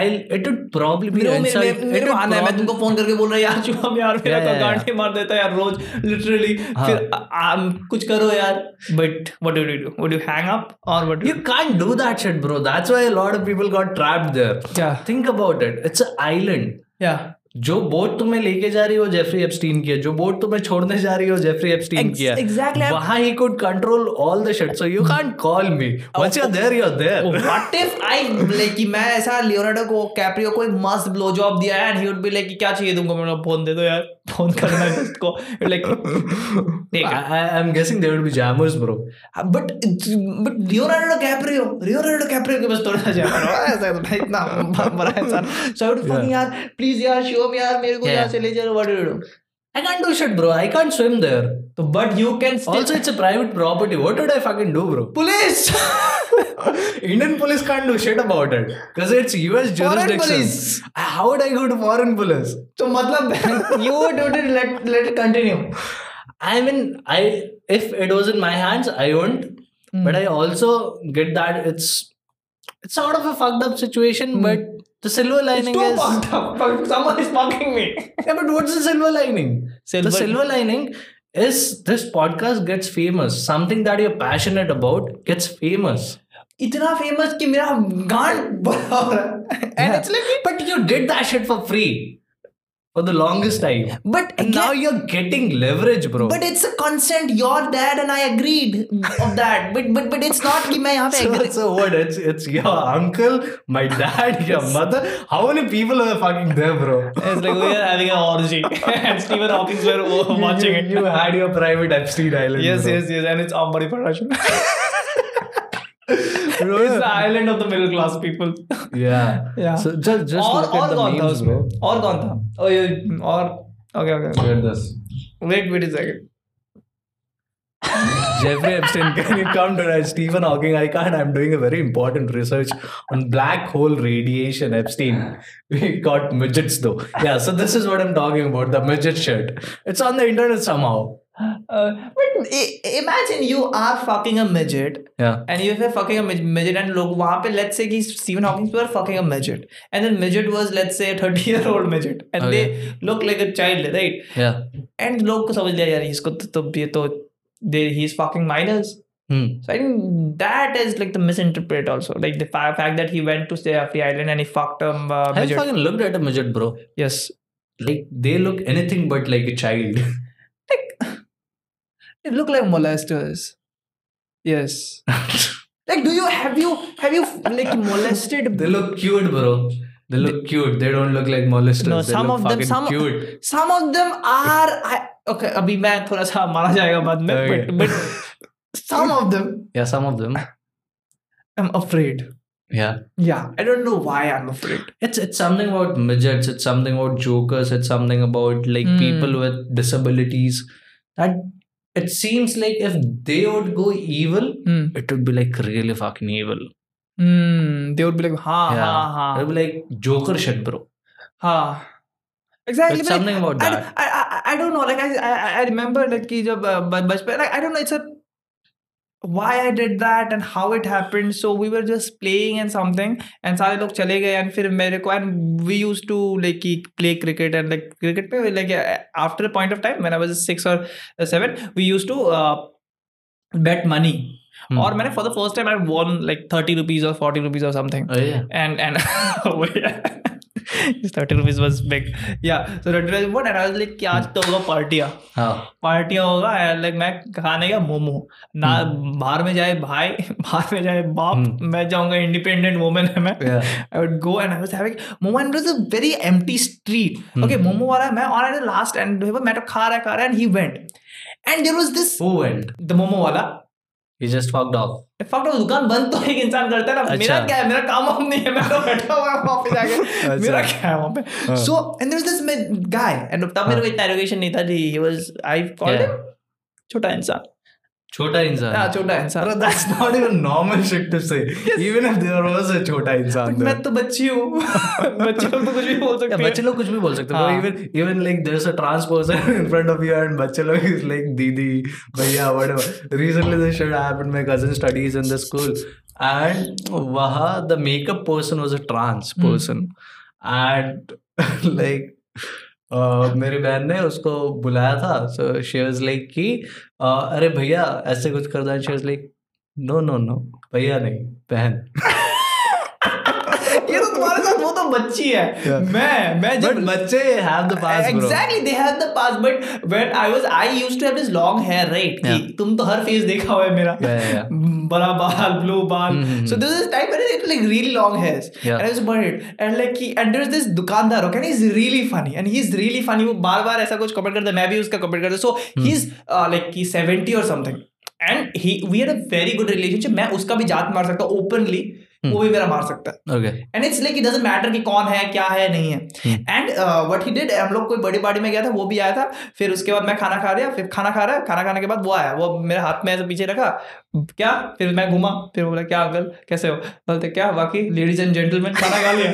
Speaker 1: I'll it would probably be
Speaker 2: मेरे को-
Speaker 1: inside.
Speaker 2: मेरे- मेरे- मेरे
Speaker 1: it
Speaker 2: को
Speaker 1: would
Speaker 2: आना है मैं
Speaker 1: prob-
Speaker 2: तुमको फोन करके बोल रहा हूँ, यार चुप हम यार मेरा
Speaker 1: Yeah,
Speaker 2: तो
Speaker 1: yeah,
Speaker 2: गांड ही मार देता है यार रोज लिटरली
Speaker 1: हाँ।
Speaker 2: फिर आ, आम, कुछ करो यार but what do you do would you hang up और what
Speaker 1: you can't do that shit, bro. That's why a lot of people got trapped there.
Speaker 2: या
Speaker 1: Think about it. It's an island.
Speaker 2: या
Speaker 1: जो boat तुम्हें लेके जा रही हो Jeffrey Epstein की है जो बोट तुम्हें छोड़ने जा रही हो जेफरी एपस्टीन की है
Speaker 2: एग्जैक्टली
Speaker 1: वहां ही could control all the shit so you can't call me once you're there you're there
Speaker 2: what if I like कि मैं ऐसा लियोनार्डो को कैप्रियो को एक मस्त ब्लो जॉब दिया and he would be like कि क्या चाहिए तुमको मेरा फोन दे दो यार फोन करना है उसको लाइक ठीक है
Speaker 1: I, I, I'm guessing there will be jammers, bro.
Speaker 2: But but Leonardo DiCaprio Leonardo DiCaprio के बस थोड़ा जा ऐसा
Speaker 1: तो
Speaker 2: है, इतना बड़ा इंसान सो आई वुड फकिंग यार प्लीज यार शो मी यार मेरे को
Speaker 1: Yeah.
Speaker 2: यहां से ले चलो what do do
Speaker 1: I can't do shit, bro. I can't swim there.
Speaker 2: तो but you can
Speaker 1: Also, it's a private property. What did I fucking do, bro?
Speaker 2: Police
Speaker 1: Indian police can't do shit about it because it's US jurisdiction.
Speaker 2: police.
Speaker 1: How would I go to foreign police?
Speaker 2: तो मतलब you don't let let continue
Speaker 1: I mean, I if it was in my hands, I wouldn't.
Speaker 2: Hmm.
Speaker 1: But I also get that it's it's sort of a fucked up situation. But the silver lining
Speaker 2: Hmm. Too
Speaker 1: is
Speaker 2: fucked up. Fuck, Someone is mocking me.
Speaker 1: yeah. But what's the silver lining?
Speaker 2: Silver-
Speaker 1: The silver lining is this podcast gets famous. Something that you're passionate about gets famous.
Speaker 2: इतना famous कि मेरा गांड बड़ा हो रहा है and it's like
Speaker 1: But you did that shit for free for the longest time.
Speaker 2: But
Speaker 1: And now you're getting leverage, bro.
Speaker 2: But it's a consent. You're there, and I agreed of that. But but but it's not कि मैं यहाँ पे
Speaker 1: so,
Speaker 2: agree.
Speaker 1: so what? It's it's your uncle, my dad, your mother. How many people are fucking there, bro?
Speaker 2: It's like we are having an orgy, and Stephen Hawking were
Speaker 1: You- you, You had your private Epstein Island.
Speaker 2: Yes,
Speaker 1: bro.
Speaker 2: yes, yes, and it's Ambari production.
Speaker 1: Bro,
Speaker 2: it's the island of the middle class people.
Speaker 1: yeah.
Speaker 2: Yeah.
Speaker 1: So just just
Speaker 2: और
Speaker 1: look at
Speaker 2: और
Speaker 1: the
Speaker 2: कौन था
Speaker 1: memes,
Speaker 2: उसमें
Speaker 1: bro.
Speaker 2: और कौन था oh yeah और okay okay
Speaker 1: Look at this.
Speaker 2: wait wait a second
Speaker 1: Jeffrey Epstein, can you come to that? Stephen Hawking, I can't. I'm doing a very important research on black hole radiation. Epstein, we got midgets though. Yeah, so this is what I'm talking about the midget shit. It's on the internet somehow.
Speaker 2: uh, but i- imagine you are fucking a midget
Speaker 1: Yeah.
Speaker 2: and you were fucking a mid- midget and लोग वहाँ पे let's say कि Stephen Hawking were fucking a midget and then midget was let's say a 30 year old midget and they look like a child right
Speaker 1: Yeah.
Speaker 2: and लोग को समझ लिया यार इसको तो तो ये तो they he is fucking minors
Speaker 1: Hmm.
Speaker 2: so I think that is like the misinterpret also like the fa- fact that he went to say Afri Island and he fucked a uh,
Speaker 1: Have you
Speaker 2: midget
Speaker 1: fucking looked at a midget, bro?
Speaker 2: yes
Speaker 1: Like they look anything but like a child.
Speaker 2: They look like molesters. Yes. like, do you have you have you like molested?
Speaker 1: they look cute, bro. They look cute. They don't look like molesters.
Speaker 2: No,
Speaker 1: they
Speaker 2: some
Speaker 1: look
Speaker 2: of them-
Speaker 1: fucking
Speaker 2: some-
Speaker 1: cute.
Speaker 2: Some of them are. I, okay, अभी मैं थोड़ा सा मारा जाएगा बाद में.
Speaker 1: Okay.
Speaker 2: But but some of them,
Speaker 1: Yeah, some of them.
Speaker 2: I'm afraid.
Speaker 1: Yeah.
Speaker 2: Yeah, I don't know why I'm afraid.
Speaker 1: It's it's something about midgets. It's something about jokers. It's something about like
Speaker 2: Hmm.
Speaker 1: people with disabilities. That it seems like if they would go evil,
Speaker 2: Hmm.
Speaker 1: it would be like really fucking evil.
Speaker 2: Hmm. They would be like, ha
Speaker 1: Yeah.
Speaker 2: ha ha.
Speaker 1: It would be like Joker shit, bro.
Speaker 2: हाँ exactly
Speaker 1: It's
Speaker 2: but
Speaker 1: something about
Speaker 2: I,
Speaker 1: that.
Speaker 2: I, I, I don't know like I, I, I remember like कि जब uh, ब- बचपन like I don't know it's a why I did that and how it happened so we were just playing and something and सारे लोग चले गए and फिर मेरे को and we used to like कि play cricket and like cricket पे like uh, after a point of time when I was six or uh, seven we used to uh, bet money
Speaker 1: Hmm.
Speaker 2: और मैंने for the first time I won like thirty rupees or forty rupees or something
Speaker 1: Oh yeah.
Speaker 2: and and oh, yeah. His 30 rupees was big. Yeah. So 30 rupees what and I was like कि आज तो होगा पार्टिया
Speaker 1: Oh.
Speaker 2: पार्टिया होगा like मैं खाने का मोमो ना बाहर में जाए भाई बाहर में जाए बाप मैं जाऊंगा इंडिपेंडेंट वुमेन है मैं
Speaker 1: Yeah.
Speaker 2: I would go and I was having momo and it was a very empty street. Okay, momo वाला मैं और at the last and मैं तो खा रहा खा रहा and he went and there was this
Speaker 1: Who went?
Speaker 2: the momo वाला
Speaker 1: He just fucked off.
Speaker 2: Fuck वो दुकान बंद तो एक इंसान करता है ना
Speaker 1: अच्छा।
Speaker 2: मेरा क्या है मेरा काम वाम नहीं है मैं तो बैठा हुआ हूँ वहाँ पे जाके मेरा क्या है वहाँ पे सो एंड देयर दिस हाँ। गाय एंड तब मेरे को इतना एरोगेशन नहीं था जी he was I called
Speaker 1: Yeah.
Speaker 2: Him छोटा इंसान
Speaker 1: छोटा इंसान
Speaker 2: हाँ, छोटा इंसान
Speaker 1: Bro, that's not even normal shit to say. Even if there was a छोटा इंसान there.
Speaker 2: मैं तो बच्ची हूँ बच्चे लोग
Speaker 1: Yeah,
Speaker 2: तो कुछ भी बोल सकते हैं
Speaker 1: बच्चे लोग कुछ भी बोल सकते हैं
Speaker 2: हाँ.
Speaker 1: Even even like there is a trans person in front of you and बच्चे लोग इज लाइक दीदी भैया whatever recently this shit happened my cousin studies in the school and वहां the makeup person was a trans person and like Uh, मेरी बहन ने उसको बुलाया था सो शी वाज लाइक कि uh, अरे भैया ऐसे कुछ कर दो she was like no no no भैया नहीं बहन
Speaker 2: ये तो तुम्हारे साथ वो तो बच्ची है
Speaker 1: Yeah.
Speaker 2: मैं मैं
Speaker 1: बट
Speaker 2: जब
Speaker 1: बच्चे have the pass bro
Speaker 2: exactly they have the past but when i was i used to have this long hair right कि
Speaker 1: Yeah.
Speaker 2: तुम तो हर फेस देखा हुआ है मेरा
Speaker 1: Yeah, yeah, yeah.
Speaker 2: बड़ा बाल ब्लू बाल
Speaker 1: Mhm.
Speaker 2: so there was this time when it like really long hairs
Speaker 1: Yeah.
Speaker 2: and i was worried and like he, and there's this दुकानदार okay and he's really funny and he's really funny वो बार बार ऐसा कुछ comment करता है मैं भी उसका कमेंट करता so
Speaker 1: hmm.
Speaker 2: he's uh, like he's 70 or something and he we had a very good relationship मैं उसका भी जात मार सकता हूँ openly
Speaker 1: हम्म।
Speaker 2: वो भी मेरा मार सकता है
Speaker 1: Okay.
Speaker 2: And it's like it doesn't matter कि कौन है क्या है uh, नहीं है एंड व्हाट ही डिड हम लोग कोई बड़ी पार्टी में गया था वो भी आया था फिर उसके बाद मैं खाना खा रहा फिर खाना खा रहा खाना खाने के बाद वो आया वो मेरे हाथ में ऐसे पीछे रखा क्या फिर मैं घूमा फिर बोला क्या अंकल कैसे हो बोलते क्या बाकी लेडीज एंड जेंटलमैन खाना खा लिया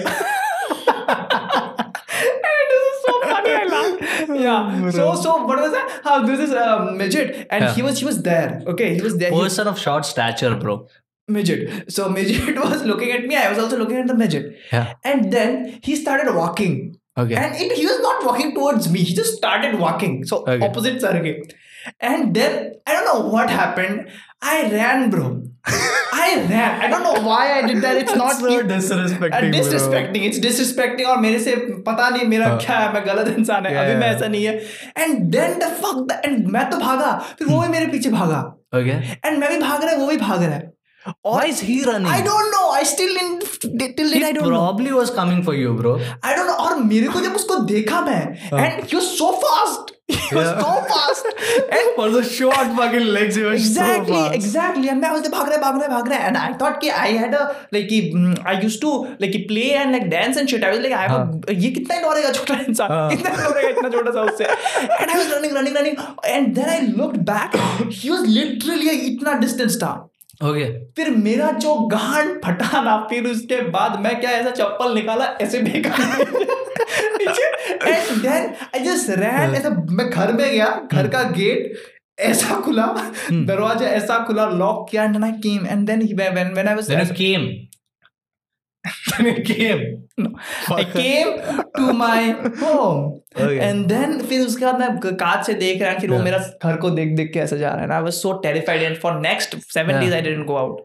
Speaker 2: And this is so funny, I laughed. Yeah. So so what was that? How this is uh, midget and
Speaker 1: Yeah.
Speaker 2: he was he was there. Okay, he was there. He
Speaker 1: person of short stature, bro.
Speaker 2: midget. So midget was looking at me. I was also looking at the midget.
Speaker 1: Yeah.
Speaker 2: And then he started walking.
Speaker 1: Okay.
Speaker 2: And it, he was not walking towards me. He just started walking. So
Speaker 1: Okay.
Speaker 2: opposite circuit. And then I don't know what happened. I ran, bro. I ran. I don't know why I did that. It's not
Speaker 1: so
Speaker 2: me. Uh,
Speaker 1: disrespecting.
Speaker 2: disrespecting. It's disrespecting. और मेरे से पता नहीं मेरा
Speaker 1: हाँ.
Speaker 2: क्या है मैं गलत इंसान है
Speaker 1: Yeah,
Speaker 2: अभी
Speaker 1: Uh.
Speaker 2: मैं
Speaker 1: yeah.
Speaker 2: ऐसा नहीं है and then the fuck and मैं तो भागा फिर वो भी मेरे पीछे भागा
Speaker 1: Bro. Okay.
Speaker 2: एंड मैं भी भाग रहा है वो भी भाग रहा है
Speaker 1: Why is he running?
Speaker 2: I don't know. I still in till date I don't know.
Speaker 1: Probably was coming for you, bro.
Speaker 2: I don't know. और मेरे को जब उसको देखा मैं and he was so fast. He was
Speaker 1: हाँ। Yeah.
Speaker 2: so fast. And
Speaker 1: For the short fucking legs, you were
Speaker 2: exactly,
Speaker 1: so fast.
Speaker 2: exactly. And मैं उससे भाग रहा है, भाग रहा है, भाग रहा है. And I thought कि I had a like कि mm, I used to like कि play and like dance and shit. I was like I'm a, ये कितना ignore करेगा छोटा इंसान
Speaker 1: हाँ.
Speaker 2: कितना ignore करेगा इतना छोटा सा उससे. And I was running, running, running. And then I looked back. He was literally इतना distance था.
Speaker 1: Okay.
Speaker 2: फिर मेरा जो गांड फटा ना फिर उसके बाद मैं क्या ऐसा चप्पल निकाला ऐसे फेंका एंड देन आई जस्ट
Speaker 1: हाँ।
Speaker 2: रैन ऐसा मैं घर में गया घर
Speaker 1: हम्म।
Speaker 2: का गेट ऐसा खुला दरवाजा ऐसा खुला लॉक किया and I came and then when when I was
Speaker 1: Then you came. then you came.
Speaker 2: I came to my home
Speaker 1: Okay.
Speaker 2: and then फिर उसके बाद मैं कांच से देख रहा हूँ फिर वो
Speaker 1: Yeah.
Speaker 2: मेरा घर को देख देख के ऐसा जा रहा है I was so terrified and for next 7
Speaker 1: Yeah.
Speaker 2: days I didn't go out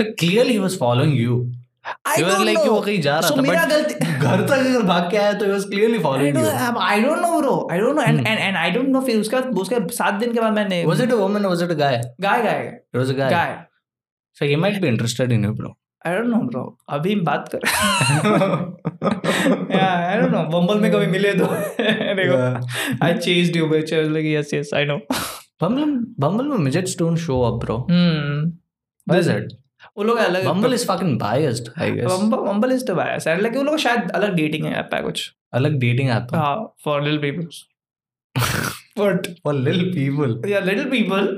Speaker 1: So clearly he was following you.
Speaker 2: I
Speaker 1: You were
Speaker 2: don't
Speaker 1: like
Speaker 2: know.
Speaker 1: कि वो कहीं जा रहा
Speaker 2: So
Speaker 1: था,
Speaker 2: मेरा
Speaker 1: but
Speaker 2: गलती
Speaker 1: घर तक अगर भाग के आया तो he was clearly
Speaker 2: I
Speaker 1: following
Speaker 2: don't,
Speaker 1: you.
Speaker 2: um, I don't know bro I don't know and and and I don't know फिर उसका उसके सात दिन के बाद मैंने
Speaker 1: Hmm. Was it a woman or was it a guy?
Speaker 2: Guy guy
Speaker 1: It was a guy.
Speaker 2: Guy
Speaker 1: So he might be interested in you, bro.
Speaker 2: I don't know bro अभी हम बात कर आई डोंट नो बम्बल में कभी मिले तो देखो I chased you bitch I was like yes yes I know
Speaker 1: Bumble, Bumble में midgets don't show up, bro. Hmm. Why is it?
Speaker 2: वो लोग अलग
Speaker 1: Bumble is fucking biased, I guess.
Speaker 2: Bumble Bumble is the bias and like वो लोग शायद अलग dating app है कुछ हाँ,
Speaker 1: अलग डेटिंग ऐप
Speaker 2: हां for little peoples but
Speaker 1: for little people
Speaker 2: या लिटिल पीपल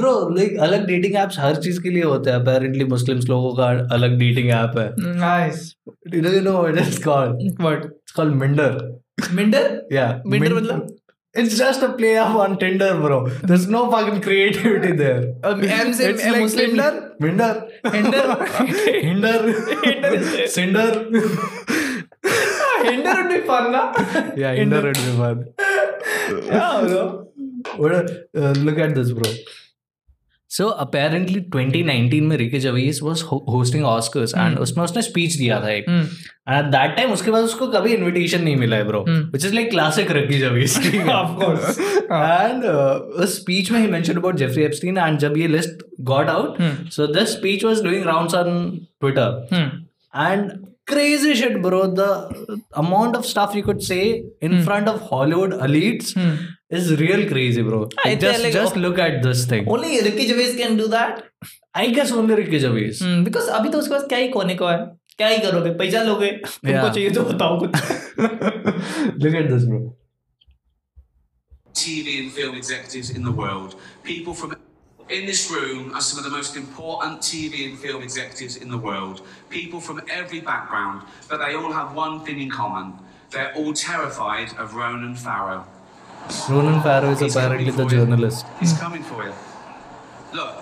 Speaker 1: ब्रो लाइक अलग डेटिंग एप्स हर चीज के लिए होते हैं अपेरेंटली मुस्लिम्स लोगों का अलग डेटिंग ऐप है
Speaker 2: nice
Speaker 1: do you know what it's called
Speaker 2: but
Speaker 1: it's called Minder
Speaker 2: Minder
Speaker 1: या
Speaker 2: Minder मतलब?
Speaker 1: It's just a play off on Tinder bro there is no fucking creativity there
Speaker 2: Um, M से- M Muslim-
Speaker 1: Minder
Speaker 2: Hinder. Hinder
Speaker 1: Hinder
Speaker 2: is there.
Speaker 1: Cinder
Speaker 2: Hinder would be fun, na?
Speaker 1: या Hinder it be fun
Speaker 2: Yeah, bro.
Speaker 1: What a- uh, look at this, bro. So apparently 2019 में Ricky जवेस was ho- hosting Oscars and
Speaker 2: Hmm.
Speaker 1: उसमें उसने speech दिया था एक and at that time उसके बाद उसको कभी invitation नहीं मिला है bro
Speaker 2: Hmm.
Speaker 1: which is like classic Ricky जवेस
Speaker 2: Of course.
Speaker 1: and uh, उस speech में he mentioned about Jeffrey Epstein and जब ये list got out
Speaker 2: Hmm.
Speaker 1: so this speech was doing rounds on Twitter and crazy shit bro the amount of stuff you could say in front of hollywood elites
Speaker 2: Hmm.
Speaker 1: is real crazy bro
Speaker 2: I
Speaker 1: Like, just
Speaker 2: tell you-
Speaker 1: just look at this thing
Speaker 2: Only Ricky Gervais can do that.
Speaker 1: i guess only ricky gervais
Speaker 2: Hmm, because अभी तो उसके पास क्या ही कोने को है क्या ही करोगे पैसा लोगे तुमको
Speaker 1: Yeah.
Speaker 2: चाहिए तो बताओ कुछ
Speaker 1: look at this bro
Speaker 3: TV and film executives in the world, people from In this room are some of the most important TV and film executives in the world, people from every background, but they all have one thing in common. They're all terrified of Ronan Farrow.
Speaker 1: Ronan Farrow is
Speaker 3: He's
Speaker 1: apparently the
Speaker 3: coming for you.
Speaker 1: journalist.
Speaker 3: He's coming for you. Look,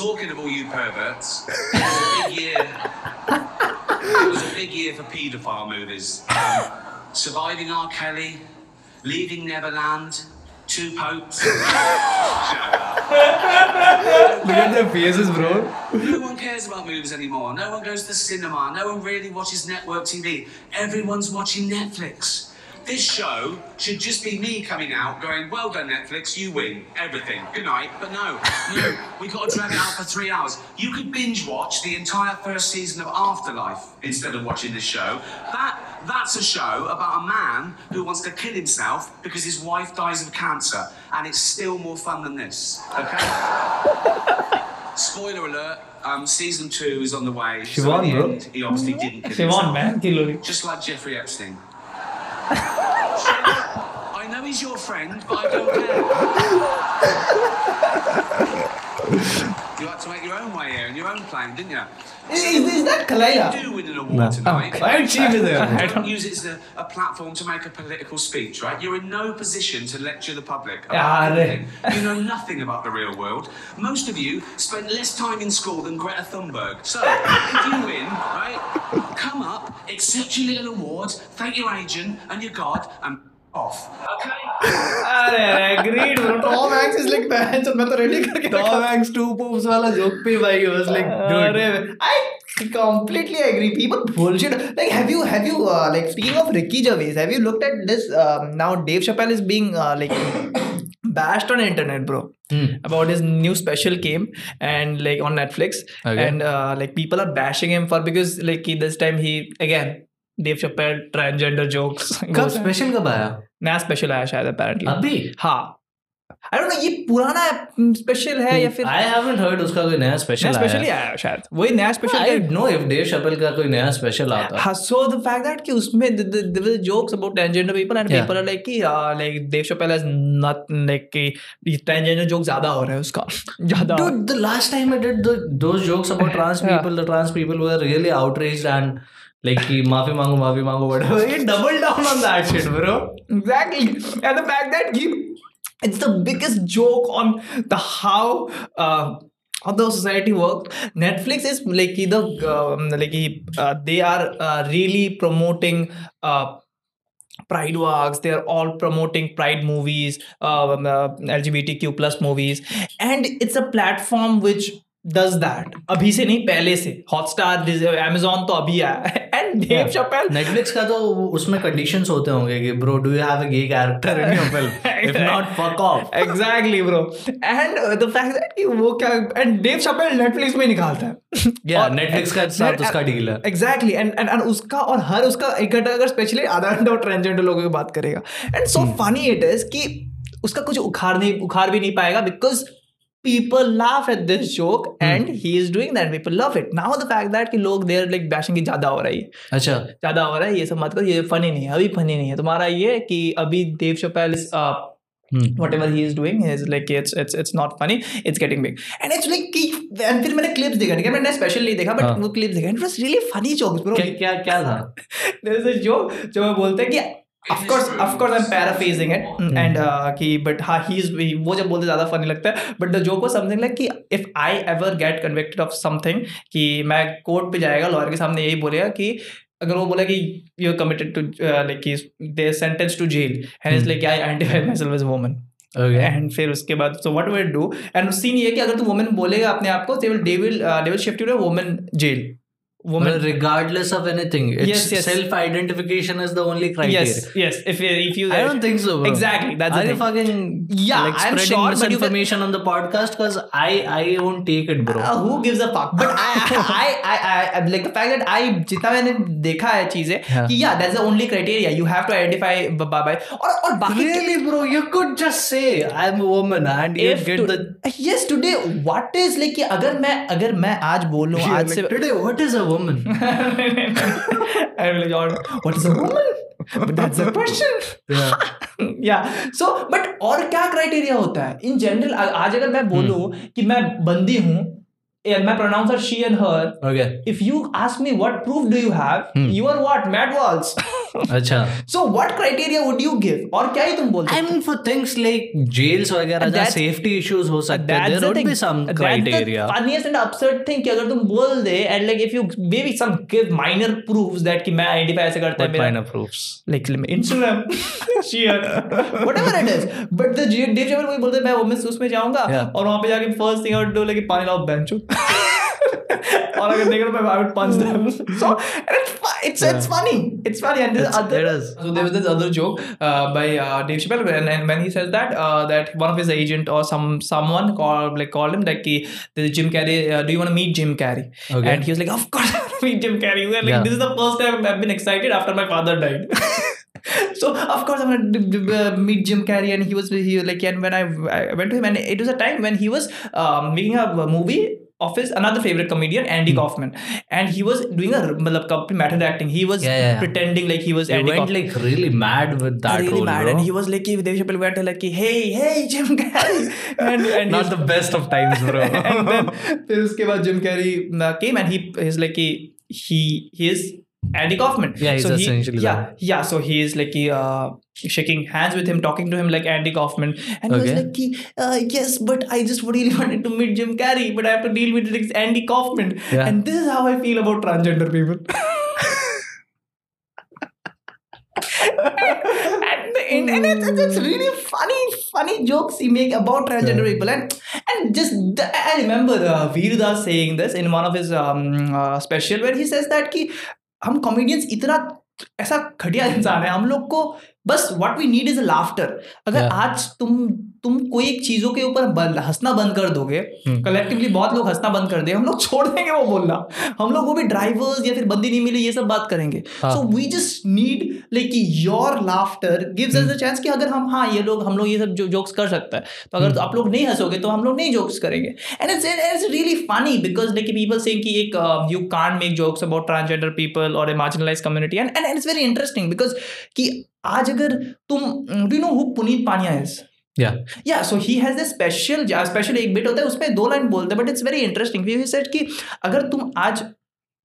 Speaker 3: talking of all you perverts, it was a big year. It was a big year for paedophile movies. Um, surviving R. Kelly, Leaving Neverland, Two Popes. Shut up.
Speaker 1: Look at their faces, bro.
Speaker 3: No one cares about movies anymore. No one goes to the cinema. No one really watches network TV. Everyone's watching Netflix. This show should just be me coming out going, well done, Netflix, you win everything. Good night. But no, no, we got to drag it out for three hours. You could binge watch the entire first season of Afterlife instead of watching this show. That that's a show about a man who wants to kill himself because his wife dies of cancer, and it's still more fun than this. Okay? Spoiler alert, um, season two is on the way. She
Speaker 1: won, bro.
Speaker 3: he obviously didn't kill
Speaker 2: Shimon,
Speaker 3: himself.
Speaker 2: man, kill him.
Speaker 3: Just like Jeffrey Epstein. I know he's your friend, but I don't care. you had to make your own way here and your own plan, didn't you?
Speaker 2: Is, is, is that Kalaya?
Speaker 3: You do win an award
Speaker 1: No.
Speaker 3: tonight.
Speaker 2: Why aren't you even there?
Speaker 3: I don't use it as a, a platform to make a political speech, right? You're in no position to lecture the public
Speaker 2: Yeah,
Speaker 3: about anything. You know nothing about the real world. Most of you spend less time in school than Greta Thunberg. So, if you win, right, come up, accept your little award, thank your agent and your god, and off. Okay?
Speaker 2: अरे great bro Tom Hanks is like मैं तो मैं तो ready करके
Speaker 1: Tom Hanks two popes वाला joke पे भाई I was like, dude.
Speaker 2: Dude. Uh, I completely agree. People bullshit. Like, have you, have you, uh, like, speaking of Ricky Gervais, have you looked at this? Um, now, Dave Chappelle is being, uh, like, bashed on internet, bro.
Speaker 1: Hmm.
Speaker 2: About his new special came and like on Netflix,
Speaker 1: Okay.
Speaker 2: and uh, like people are bashing him for because like he, this time he again Dave Chappelle transgender jokes.
Speaker 1: कब special कब आया
Speaker 2: नया special आया शायद apparently.
Speaker 1: अभी
Speaker 2: हाँ I don't know ये पुराना स्पेशल है या फिर
Speaker 1: आई हैवंट हर्ड उसका कोई नया
Speaker 2: नया
Speaker 1: स्पेशल
Speaker 2: स्पेशल ही
Speaker 1: आया
Speaker 2: आया है शायद वही नया
Speaker 1: I
Speaker 2: special
Speaker 1: no if Dave chappelle का कोई नया स्पेशल आता
Speaker 2: हाँ so the fact that कि उसमें th- th- there were jokes about transgender people and
Speaker 1: Yeah.
Speaker 2: people are like कि uh, like Dave Chappelle has not like कि ये transgender joke ज्यादा हो रहा है उसका ज्यादा हो रहा है।
Speaker 1: Dude, the last time I did the, those jokes about trans
Speaker 2: Yeah.
Speaker 1: people, the trans people were really outraged and like, "Ki maafi mango, maafi mango, whatever. He doubled down on that shit, bro.
Speaker 2: exactly and the fact that he it's the biggest joke on the how uh, how the society works netflix is like he the um, like he, uh, they are uh, really promoting uh, pride walks they are all promoting pride movies um, uh, lgbtq plus movies and it's a platform which does that अभी से नहीं पहले से Hotstar amazon तो अभी आया and Dave Chappelle
Speaker 1: Netflix का तो वो- उसमें conditions होते होंगे कि bro, do you have a gay character in your film? If not, fuck off.
Speaker 2: Exactly bro and the fact that कि वो क्या एंड डेव chappelle नेटफ्लिक्स में ही निकालता है
Speaker 1: Yeah, Netflix का साथ उसका deal है।
Speaker 2: एग्जैक्टली एंड एंड एंड उसका और हर उसका एक घंटा अगर स्पेशली आधा घंटा वो ट्रांसजेंडर लोगों की बात करेगा and so
Speaker 1: Hmm.
Speaker 2: Funny it is कि उसका कुछ उखाड़ नहीं उखाड़ भी नहीं पाएगा because people laugh at this joke
Speaker 1: Hmm.
Speaker 2: and he is doing that people love it now the fact that कि लोग they are like bashing कि ज्यादा हो रहा है ये।
Speaker 1: अच्छा
Speaker 2: ज्यादा हो रहा है ये सब मत करो ये फनी नहीं है अभी फनी नहीं है तुम्हारा ये कि अभी Dave Chappelle uh,
Speaker 1: Hmm.
Speaker 2: whatever he is doing is like it's it's it's not funny it's getting big and it's like कि and फिर मैंने clips देखा ठीक है मैंने special नहीं देखा
Speaker 1: हाँ.
Speaker 2: but वो clips देखा and it was really funny jokes bro
Speaker 1: क्या क्या क्या था
Speaker 2: there is a joke जो मैं बोलता है कि Of
Speaker 3: this
Speaker 2: course,
Speaker 3: room,
Speaker 2: of course, I'm paraphrasing it,
Speaker 1: Hmm.
Speaker 2: and uh, कि but हाँ he is he- वो जब बोलते ज़्यादा funny लगता है but the joke was something like कि if I ever get convicted of something कि मैं कोर्ट पे जाएगा लॉयर के सामने यही बोलेगा कि अगर वो बोला कि you are committed to like they sentence to jail and
Speaker 1: Hmm.
Speaker 2: Is like I identify my self as woman
Speaker 1: Okay.
Speaker 2: And फिर उसके बाद so what will do and scene ये है कि अगर तू वुमन बोलेगा अपने आप को they will they will they will shift you to woman jail woman
Speaker 1: Well, regardless of anything, it's
Speaker 2: Yes, yes.
Speaker 1: self-identification is the only criteria.
Speaker 2: yes yes if if you
Speaker 1: I don't think so, bro.
Speaker 2: Exactly, that's the
Speaker 1: Are you
Speaker 2: thing.
Speaker 1: fucking
Speaker 2: Yeah,
Speaker 1: like
Speaker 2: I'm
Speaker 1: spreading
Speaker 2: sure, but you can-
Speaker 1: misinformation on the podcast? Because I I won't take it, bro.
Speaker 2: Uh, who gives a fuck? But I, I, I, I, I, like the fact that I, जितना मैंने देखा है चीजें
Speaker 1: Yeah.
Speaker 2: कि yeah, that's the only criteria you have to identify b- by by- और और बाकी
Speaker 1: Really, bro? You could just say I'm a woman and you
Speaker 2: if
Speaker 1: get
Speaker 2: to,
Speaker 1: the.
Speaker 2: yes today what is like कि अगर मैं अगर मैं आज बोलूं
Speaker 1: Yeah,
Speaker 2: आज
Speaker 1: like,
Speaker 2: से
Speaker 1: today, what is a woman?
Speaker 2: I'm like, "Lord, what is a woman? but that's the question
Speaker 1: Yeah.
Speaker 2: या सो बट और क्या क्राइटेरिया होता है इन जनरल आज अगर मैं बोलूं
Speaker 1: Hmm.
Speaker 2: कि मैं बंदी हूं and my pronouns are she and her
Speaker 1: Okay.
Speaker 2: if you ask me what proof do you have
Speaker 1: Hmm.
Speaker 2: you are what mad walls
Speaker 1: Acha.
Speaker 2: so what criteria would you give और क्या ही तुम बोलते
Speaker 1: I mean, for things like jails वगैरह जहाँ
Speaker 2: That's-
Speaker 1: safety issues हो सकते हैं,
Speaker 2: That's
Speaker 1: there
Speaker 2: the
Speaker 1: would
Speaker 2: thing.
Speaker 1: be some
Speaker 2: That's
Speaker 1: criteria.
Speaker 2: the funniest and absurd thing कि अगर तुम बोल दे and like if you maybe some give minor proofs that कि मैं identify ऐसे करता है
Speaker 1: What
Speaker 2: मेरा
Speaker 1: kind of proofs?
Speaker 2: like Instagram sheer whatever it is but the G- Dave Chappelle वही बोलते हैं मैं women's उसमें जाऊंगा
Speaker 1: Yeah.
Speaker 2: और वहां पे जाके first thing I would do like पानी लाओ बेंचो और अगर देख रहा I would punch them so and it's fu- it's it's funny it's funny and this
Speaker 1: It's-
Speaker 2: other
Speaker 1: it is.
Speaker 2: so there was this other joke uh, by uh, Dave Chappelle when, and when he says that uh, that one of his agent or some someone called like called him like he, the Jim Carrey uh, do you want to meet Jim Carrey
Speaker 1: Okay.
Speaker 2: and he was like of course I want to meet Jim Carrey like
Speaker 1: Yeah.
Speaker 2: this is the first time I've been excited after my father died so of course I'm gonna d- d- uh, meet Jim Carrey and he was he was like and when I, I went to him and it was a time when he was um, making a movie of his another favorite comedian Andy
Speaker 1: Hmm.
Speaker 2: Kaufman and he was doing a matlab, method acting he was
Speaker 1: Yeah, yeah, yeah.
Speaker 2: pretending like he was
Speaker 1: They
Speaker 2: Andy
Speaker 1: went
Speaker 2: Kaufman
Speaker 1: like really mad with that
Speaker 2: really
Speaker 1: role,
Speaker 2: mad,
Speaker 1: bro.
Speaker 2: and he was like, "Dev Chappelle went like, hey, hey, Jim Carrey," and and
Speaker 1: Not
Speaker 2: he-
Speaker 1: the best of times, bro.
Speaker 2: and then फिर उसके बाद Jim Carrey came and he he's like he he he is Andy Kaufman.
Speaker 1: Yeah, he's
Speaker 2: so
Speaker 1: essentially
Speaker 2: he, yeah, yeah. So he is like he, uh, shaking hands with him, talking to him like Andy Kaufman, and he
Speaker 1: Okay.
Speaker 2: was like, he, uh, "Yes, but I just really wanted to meet Jim Carrey, but I have to deal with this Andy Kaufman,
Speaker 1: Yeah.
Speaker 2: and this is how I feel about transgender people." and, the- and, and it's, it's- it's really funny, funny jokes he make about transgender people, and and just the, I remember uh, Veer Das saying this in one of his um, uh, special where he says that कि हम comedians इतना ऐसा घटिया इंसान है हम लोग को बस what we need is laughter अगर
Speaker 1: Yeah.
Speaker 2: आज तुम तुम कोई एक चीजों के ऊपर बंद हंसना बंद कर दोगे
Speaker 1: Hmm.
Speaker 2: कलेक्टिवली बहुत लोग हंसना बंद कर देंगे हम लोग छोड़ देंगे वो बोलना हम लोग वो भी ड्राइवर्स या फिर बंदी नहीं मिली ये सब बात करेंगे
Speaker 1: हाँ।
Speaker 2: So we just need like your laughter gives us the chance कि अगर हम हाँ ये लोग हम लोग ये सब जो जोक्स कर सकता है तो अगर आप लोग नहीं हंसोगे तो हम लोग नहीं जोक्स करेंगे and it's it's really funny because like people saying कि एक uh, you can't make jokes about transgender people और a marginalize community and and it's very interesting because कि आज अगर तुम mm, do know who Punit Pania is
Speaker 1: yeah.
Speaker 2: या so he has this special special एक bit होता है उसमें दो लाइन बोलते हैं but it's very interesting he said कि अगर तुम आज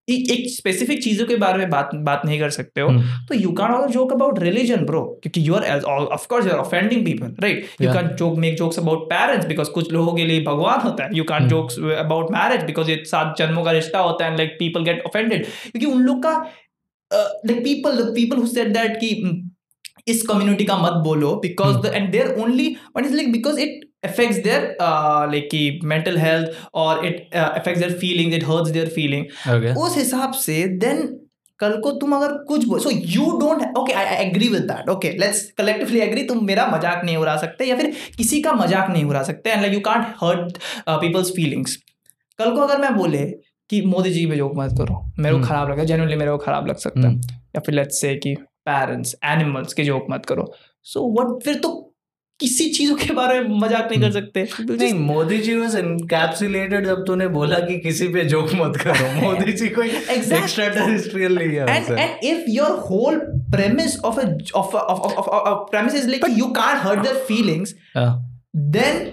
Speaker 2: एक एक स्पेसिफिक चीजों के बारे में बात बात नहीं कर सकते हो
Speaker 1: Hmm.
Speaker 2: तो you can all joke about religion bro क्योंकि you are of course you are offending people right you
Speaker 1: Yeah.
Speaker 2: Can joke make jokes about parents because कुछ लोगों के लिए भगवान होता है you can jokes about marriage because ये सात जन्मों का रिश्ता होता है लाइक पीपल गेट ऑफेंडेड क्योंकि उन लोग का like people the people who said that कि mm, इस कम्युनिटी का मत बोलो because the and there only but is like because it affects their uh, like कि mental health or it uh, affects their feelings it hurts their feeling
Speaker 1: Okay.
Speaker 2: उस हिसाब से then कल को तुम अगर कुछ बोल so you don't okay I agree with that okay let's collectively agree तुम मेरा मजाक नहीं उड़ा सकते या फिर किसी का मजाक नहीं उड़ा सकते and like you can't hurt people's feelings uh, कल को अगर मैं बोले कि मोदी जी पे जोक मत करो मेरे को
Speaker 1: हम्म।
Speaker 2: खराब लगा जेनुअनली मेरे को खराब लग
Speaker 1: Hmm.
Speaker 2: सकता है या फिर लेट्स से कि पेरेंट्स एनिमल्स के जोक मत करो सो वट फिर तो किसी चीजों के बारे में मजाक नहीं कर सकते You
Speaker 1: नहीं
Speaker 2: just-
Speaker 1: Modi ji was encapsulated जब तूने बोला कि किसी पे जोक मत करो मोदी जी कोई
Speaker 2: Exactly.
Speaker 1: extraterrestrial नहीं है
Speaker 2: and
Speaker 1: वैसे।
Speaker 2: and if your whole premise of a of a, of, of, of, of a premise is like you can't hurt their feelings
Speaker 1: हाँ,
Speaker 2: then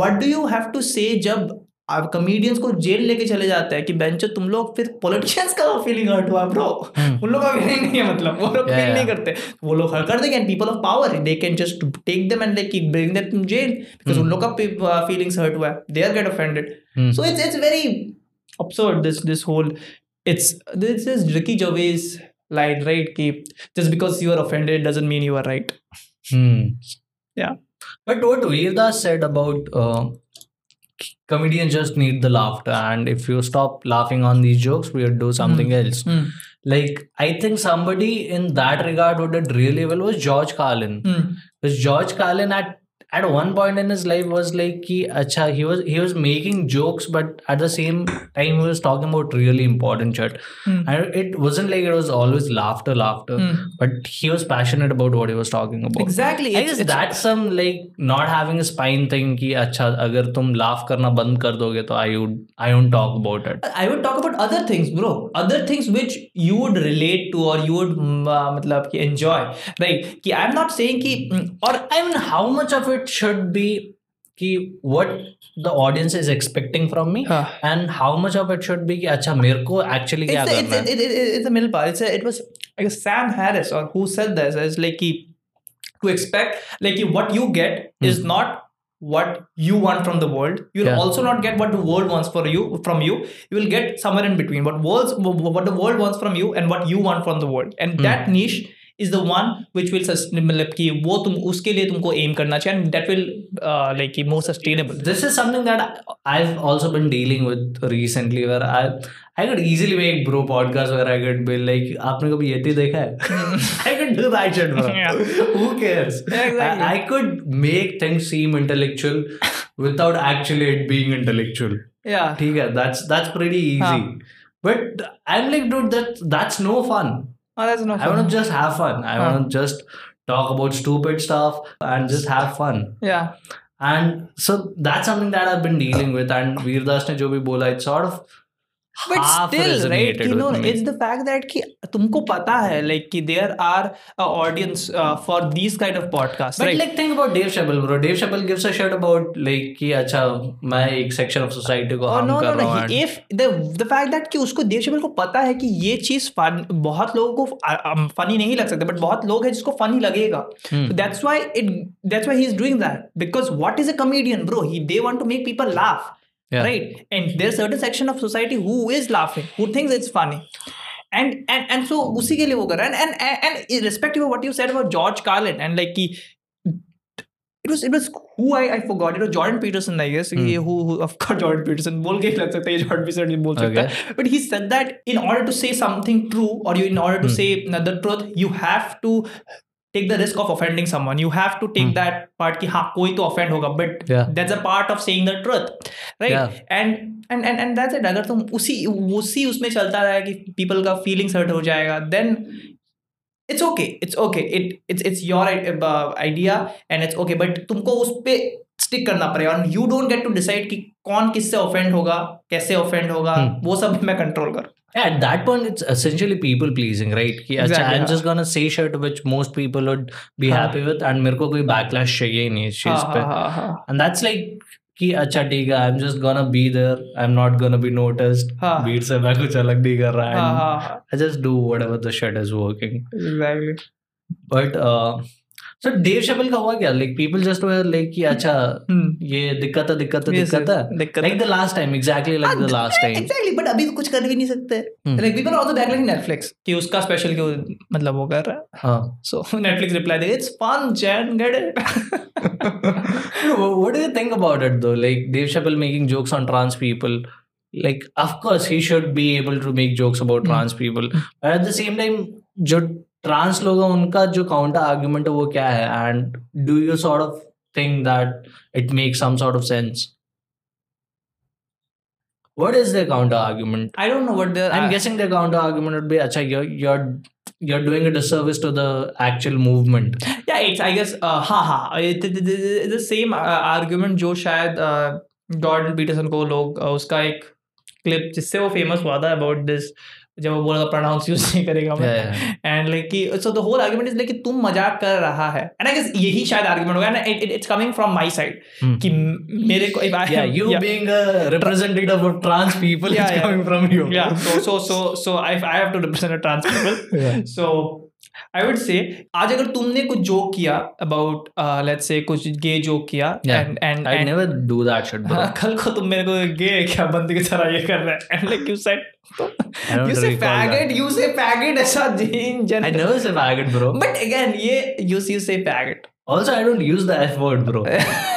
Speaker 2: what do you have to say जब आप comedians को jail लेके चले जाते हैं कि बेंचो तुम लोग फिर पॉलिटिशियंस का फीलिंग हर्ट हुआ ब्रो उन लोग का फीलिंग नहीं है मतलब वो लोग
Speaker 1: Hmm. Yeah,
Speaker 2: फील नहीं
Speaker 1: yeah.
Speaker 2: करते वो लोग हर्ट कर देंगे and people of power they can just take them and like bring them to jail because उन लोग का फीलिंग्स हर्ट हुआ है they are get offended
Speaker 1: Hmm.
Speaker 2: So it's it's very absurd this this whole it's this is Ricky Gervais line right कि just because you are offended doesn't mean you are right
Speaker 1: Hmm.
Speaker 2: Yeah.
Speaker 1: But what Veerdas said about uh, comedians just need the laughter, and if you stop laughing on these jokes, we'll do something else.
Speaker 2: Hmm.
Speaker 1: Like I think somebody in that regard who did really well was George Carlin.
Speaker 2: Hmm.
Speaker 1: Because George Carlin at at one point in his life was like ki, acha, he was he was making jokes but at the same time he was talking about really important shit
Speaker 2: Hmm.
Speaker 1: and it wasn't like it was always laughter laughter
Speaker 2: Hmm.
Speaker 1: but he was passionate about what he was talking about
Speaker 2: Exactly.
Speaker 1: I
Speaker 2: it's-
Speaker 1: guess
Speaker 2: it's-
Speaker 1: that's some like not having a spine thing कि अच्छा अगर तुम laugh करना बंद कर दोगे तो I would I won't talk about it
Speaker 2: I would talk about other things, bro. Other things which you would relate to or you would mm, uh, मतलब कि enjoy. Right? कि I'm not saying कि mm,
Speaker 1: or I mean how much of it should be कि what the audience is expecting from me
Speaker 2: हाँ.
Speaker 1: and how much of it should be कि अच्छा मेरे को actually क्या
Speaker 2: it's, a, it's,
Speaker 1: करना
Speaker 2: a,
Speaker 1: है
Speaker 2: it, it, it- it's a middle part. It's a, it was I guess Sam Harris or who said this. It's like he, to expect like he- what you get is not what you want from the world. You'll
Speaker 1: Yeah.
Speaker 2: also not get what the world wants for you from you. You will get somewhere in between. What worlds, what the world wants from you and what you want from the world. And that niche is the one which will sustain मतलब कि वो तुम उसके लिए तुमको aim करना चाहिए and that will uh, like कि more sustainable.
Speaker 1: this is something that I- I've also been dealing with recently where I I could easily make bro podcast where I could be like आपने कभी यति देखा है I could do that shit bro
Speaker 2: Yeah.
Speaker 1: who cares
Speaker 2: Exactly.
Speaker 1: I, I could make things seem intellectual without actually it being intellectual
Speaker 2: Yeah.
Speaker 1: ठीक है that's that's pretty easy
Speaker 2: हाँ.
Speaker 1: but I'm like dude that that's no fun
Speaker 2: Oh, that's enough.
Speaker 1: I want to just have fun I
Speaker 2: हाँ.
Speaker 1: want to just talk about stupid stuff and just have fun
Speaker 2: yeah.
Speaker 1: and so that's something that I've been dealing with and Veerdas ने जो भी बोला it's sort of
Speaker 2: but
Speaker 1: half
Speaker 2: still right
Speaker 1: resonated
Speaker 2: you know
Speaker 1: with me.
Speaker 2: It's the fact that कि तुमको पता है like कि uh, there are audience for this kind of podcast
Speaker 1: But
Speaker 2: right
Speaker 1: like think about Dave Chappelle, bro. Dave Chappelle gives a shit about like कि अच्छा मैं एक section of society को
Speaker 2: और
Speaker 1: harm
Speaker 2: नो
Speaker 1: कर
Speaker 2: नो
Speaker 1: रहा हूँ and-
Speaker 2: know if the the fact that कि उसको देव चैपल को पता है कि ये चीज फन बहुत लोगों को फनी नहीं लग सकता बट बहुत लोग हैं जिसको फनी लगेगा
Speaker 1: Hmm.
Speaker 2: That's why it that's why he is doing that because what is a comedian bro he they want to make people laugh
Speaker 1: Yeah.
Speaker 2: right and there's certain section of society who is laughing who thinks it's funny and and and so उसी के लिए वो कर रहा है and and and irrespective of what you said about George Carlin and like he it was it was who I I forgot it was Jordan Peterson I guess
Speaker 1: Hmm.
Speaker 2: ये who who of course Jordan Peterson बोल के ही लग सकता है ये Jordan Peterson नहीं बोल सकता है but he said that in order to say something true or you in order
Speaker 1: Hmm.
Speaker 2: to say another truth you have to take the risk of offending someone you have to take that part कि हाँ कोई तो offend होगा but
Speaker 1: Hmm. Yeah.
Speaker 2: that's a part of saying the truth right
Speaker 1: Yeah.
Speaker 2: and and and and that's it अगर तुम उसी उसी उसमें चलता रहा कि people का feelings hurt हो जाएगा then it's okay it's okay it it's it's your i- uh, idea and it's okay but तुमको उस पे स्टिक करना पड़ेगा and you don't get to decide कि कौन किससे offend होगा कैसे offend होगा
Speaker 1: Hmm.
Speaker 2: वो सब मैं कंट्रोल कर
Speaker 1: At that point, it's essentially people pleasing, right? कि अच्छा,
Speaker 2: Exactly,
Speaker 1: I'm
Speaker 2: हाँ.
Speaker 1: just gonna say shit which most people would be
Speaker 2: हाँ.
Speaker 1: happy with, and मेरे को कोई backlash चाहिए ही नहीं इस
Speaker 2: हाँ
Speaker 1: चीज पे.
Speaker 2: हाँ हाँ हाँ
Speaker 1: And that's like कि अच्छा ठीक है, I'm just gonna be there, I'm not gonna be noticed.
Speaker 2: हाँ.
Speaker 1: भीड़ से मैं कुछ अलग नहीं कर रहा
Speaker 2: हाँ
Speaker 1: and
Speaker 2: हाँ हाँ
Speaker 1: I just do whatever the shit is working.
Speaker 2: exactly
Speaker 1: But uh, so Dave Chappelle का हुआ क्या? Like people just were like कि अच्छा
Speaker 2: हम्म
Speaker 1: ये दिक्कत है तो दिक्कत है
Speaker 2: Yes,
Speaker 1: दिक्कत
Speaker 2: yes,
Speaker 1: है.
Speaker 2: दिक्कत हाँ,
Speaker 1: Like the last time, exactly like the last time. Hmm.
Speaker 2: Exactly but अभी तो कुछ कर भी नहीं सकते like people also back like Netflix कि उसका स्पेशल क्यों मतलब वो कर रहा है
Speaker 1: हाँ.
Speaker 2: सो नेटफ्लिक्स रिप्लाई देगा इट्स फन जैन get
Speaker 1: No, wha- what do you think about it though? Like Dave Chappelle making jokes on trans people. Like, of course, he should be able to make jokes about trans people. But at the same time, जो trans लोग हैं उनका जो counter argument है वो क्या है? And do you sort of think that it makes some sort of sense? What is their counter argument?
Speaker 2: I don't know what they
Speaker 1: I'm guessing their counter argument would be, अच्छा, you're you're you're doing a disservice to the actual movement.
Speaker 2: या it's I guess हाँ हाँ the same argument uh, जो शायद Jordan Peterson को लोग uh, उसका एक क्लिप जिससे वो फेमस हुआ था अबाउट दिस जब वो बोला था प्रोनाउंस यूज नहीं करेगा मैं
Speaker 1: Yeah, yeah.
Speaker 2: एंड लाइक कि so the whole argument is like कि तुम मजाक कर रहा है एंड आई गेस यही शायद आर्गुमेंट होगा and it's coming from my side
Speaker 1: Hmm.
Speaker 2: कि म- मेरे को if I
Speaker 1: yeah
Speaker 2: am-
Speaker 1: you
Speaker 2: yeah.
Speaker 1: being a representative of trans people
Speaker 2: Yeah,
Speaker 1: is
Speaker 2: yeah.
Speaker 1: coming from you
Speaker 2: yeah so so so so I I have to represent a trans people
Speaker 1: Yeah.
Speaker 2: so I would say आज अगर तुमने कुछ joke किया about uh, let's say कुछ gay joke किया
Speaker 1: Yeah.
Speaker 2: and and
Speaker 1: i
Speaker 2: and
Speaker 1: never do that shit bro
Speaker 2: हाँ, कल को तुम मेरे को गे क्या बंदे की तरह ये कर रहा है and like you said
Speaker 1: don't
Speaker 2: you say
Speaker 1: recall that.
Speaker 2: Faggot you say faggot ऐसा जीन
Speaker 1: i
Speaker 2: जन
Speaker 1: never say faggot bro
Speaker 2: but again ये you you say faggot
Speaker 1: also i don't use the f word bro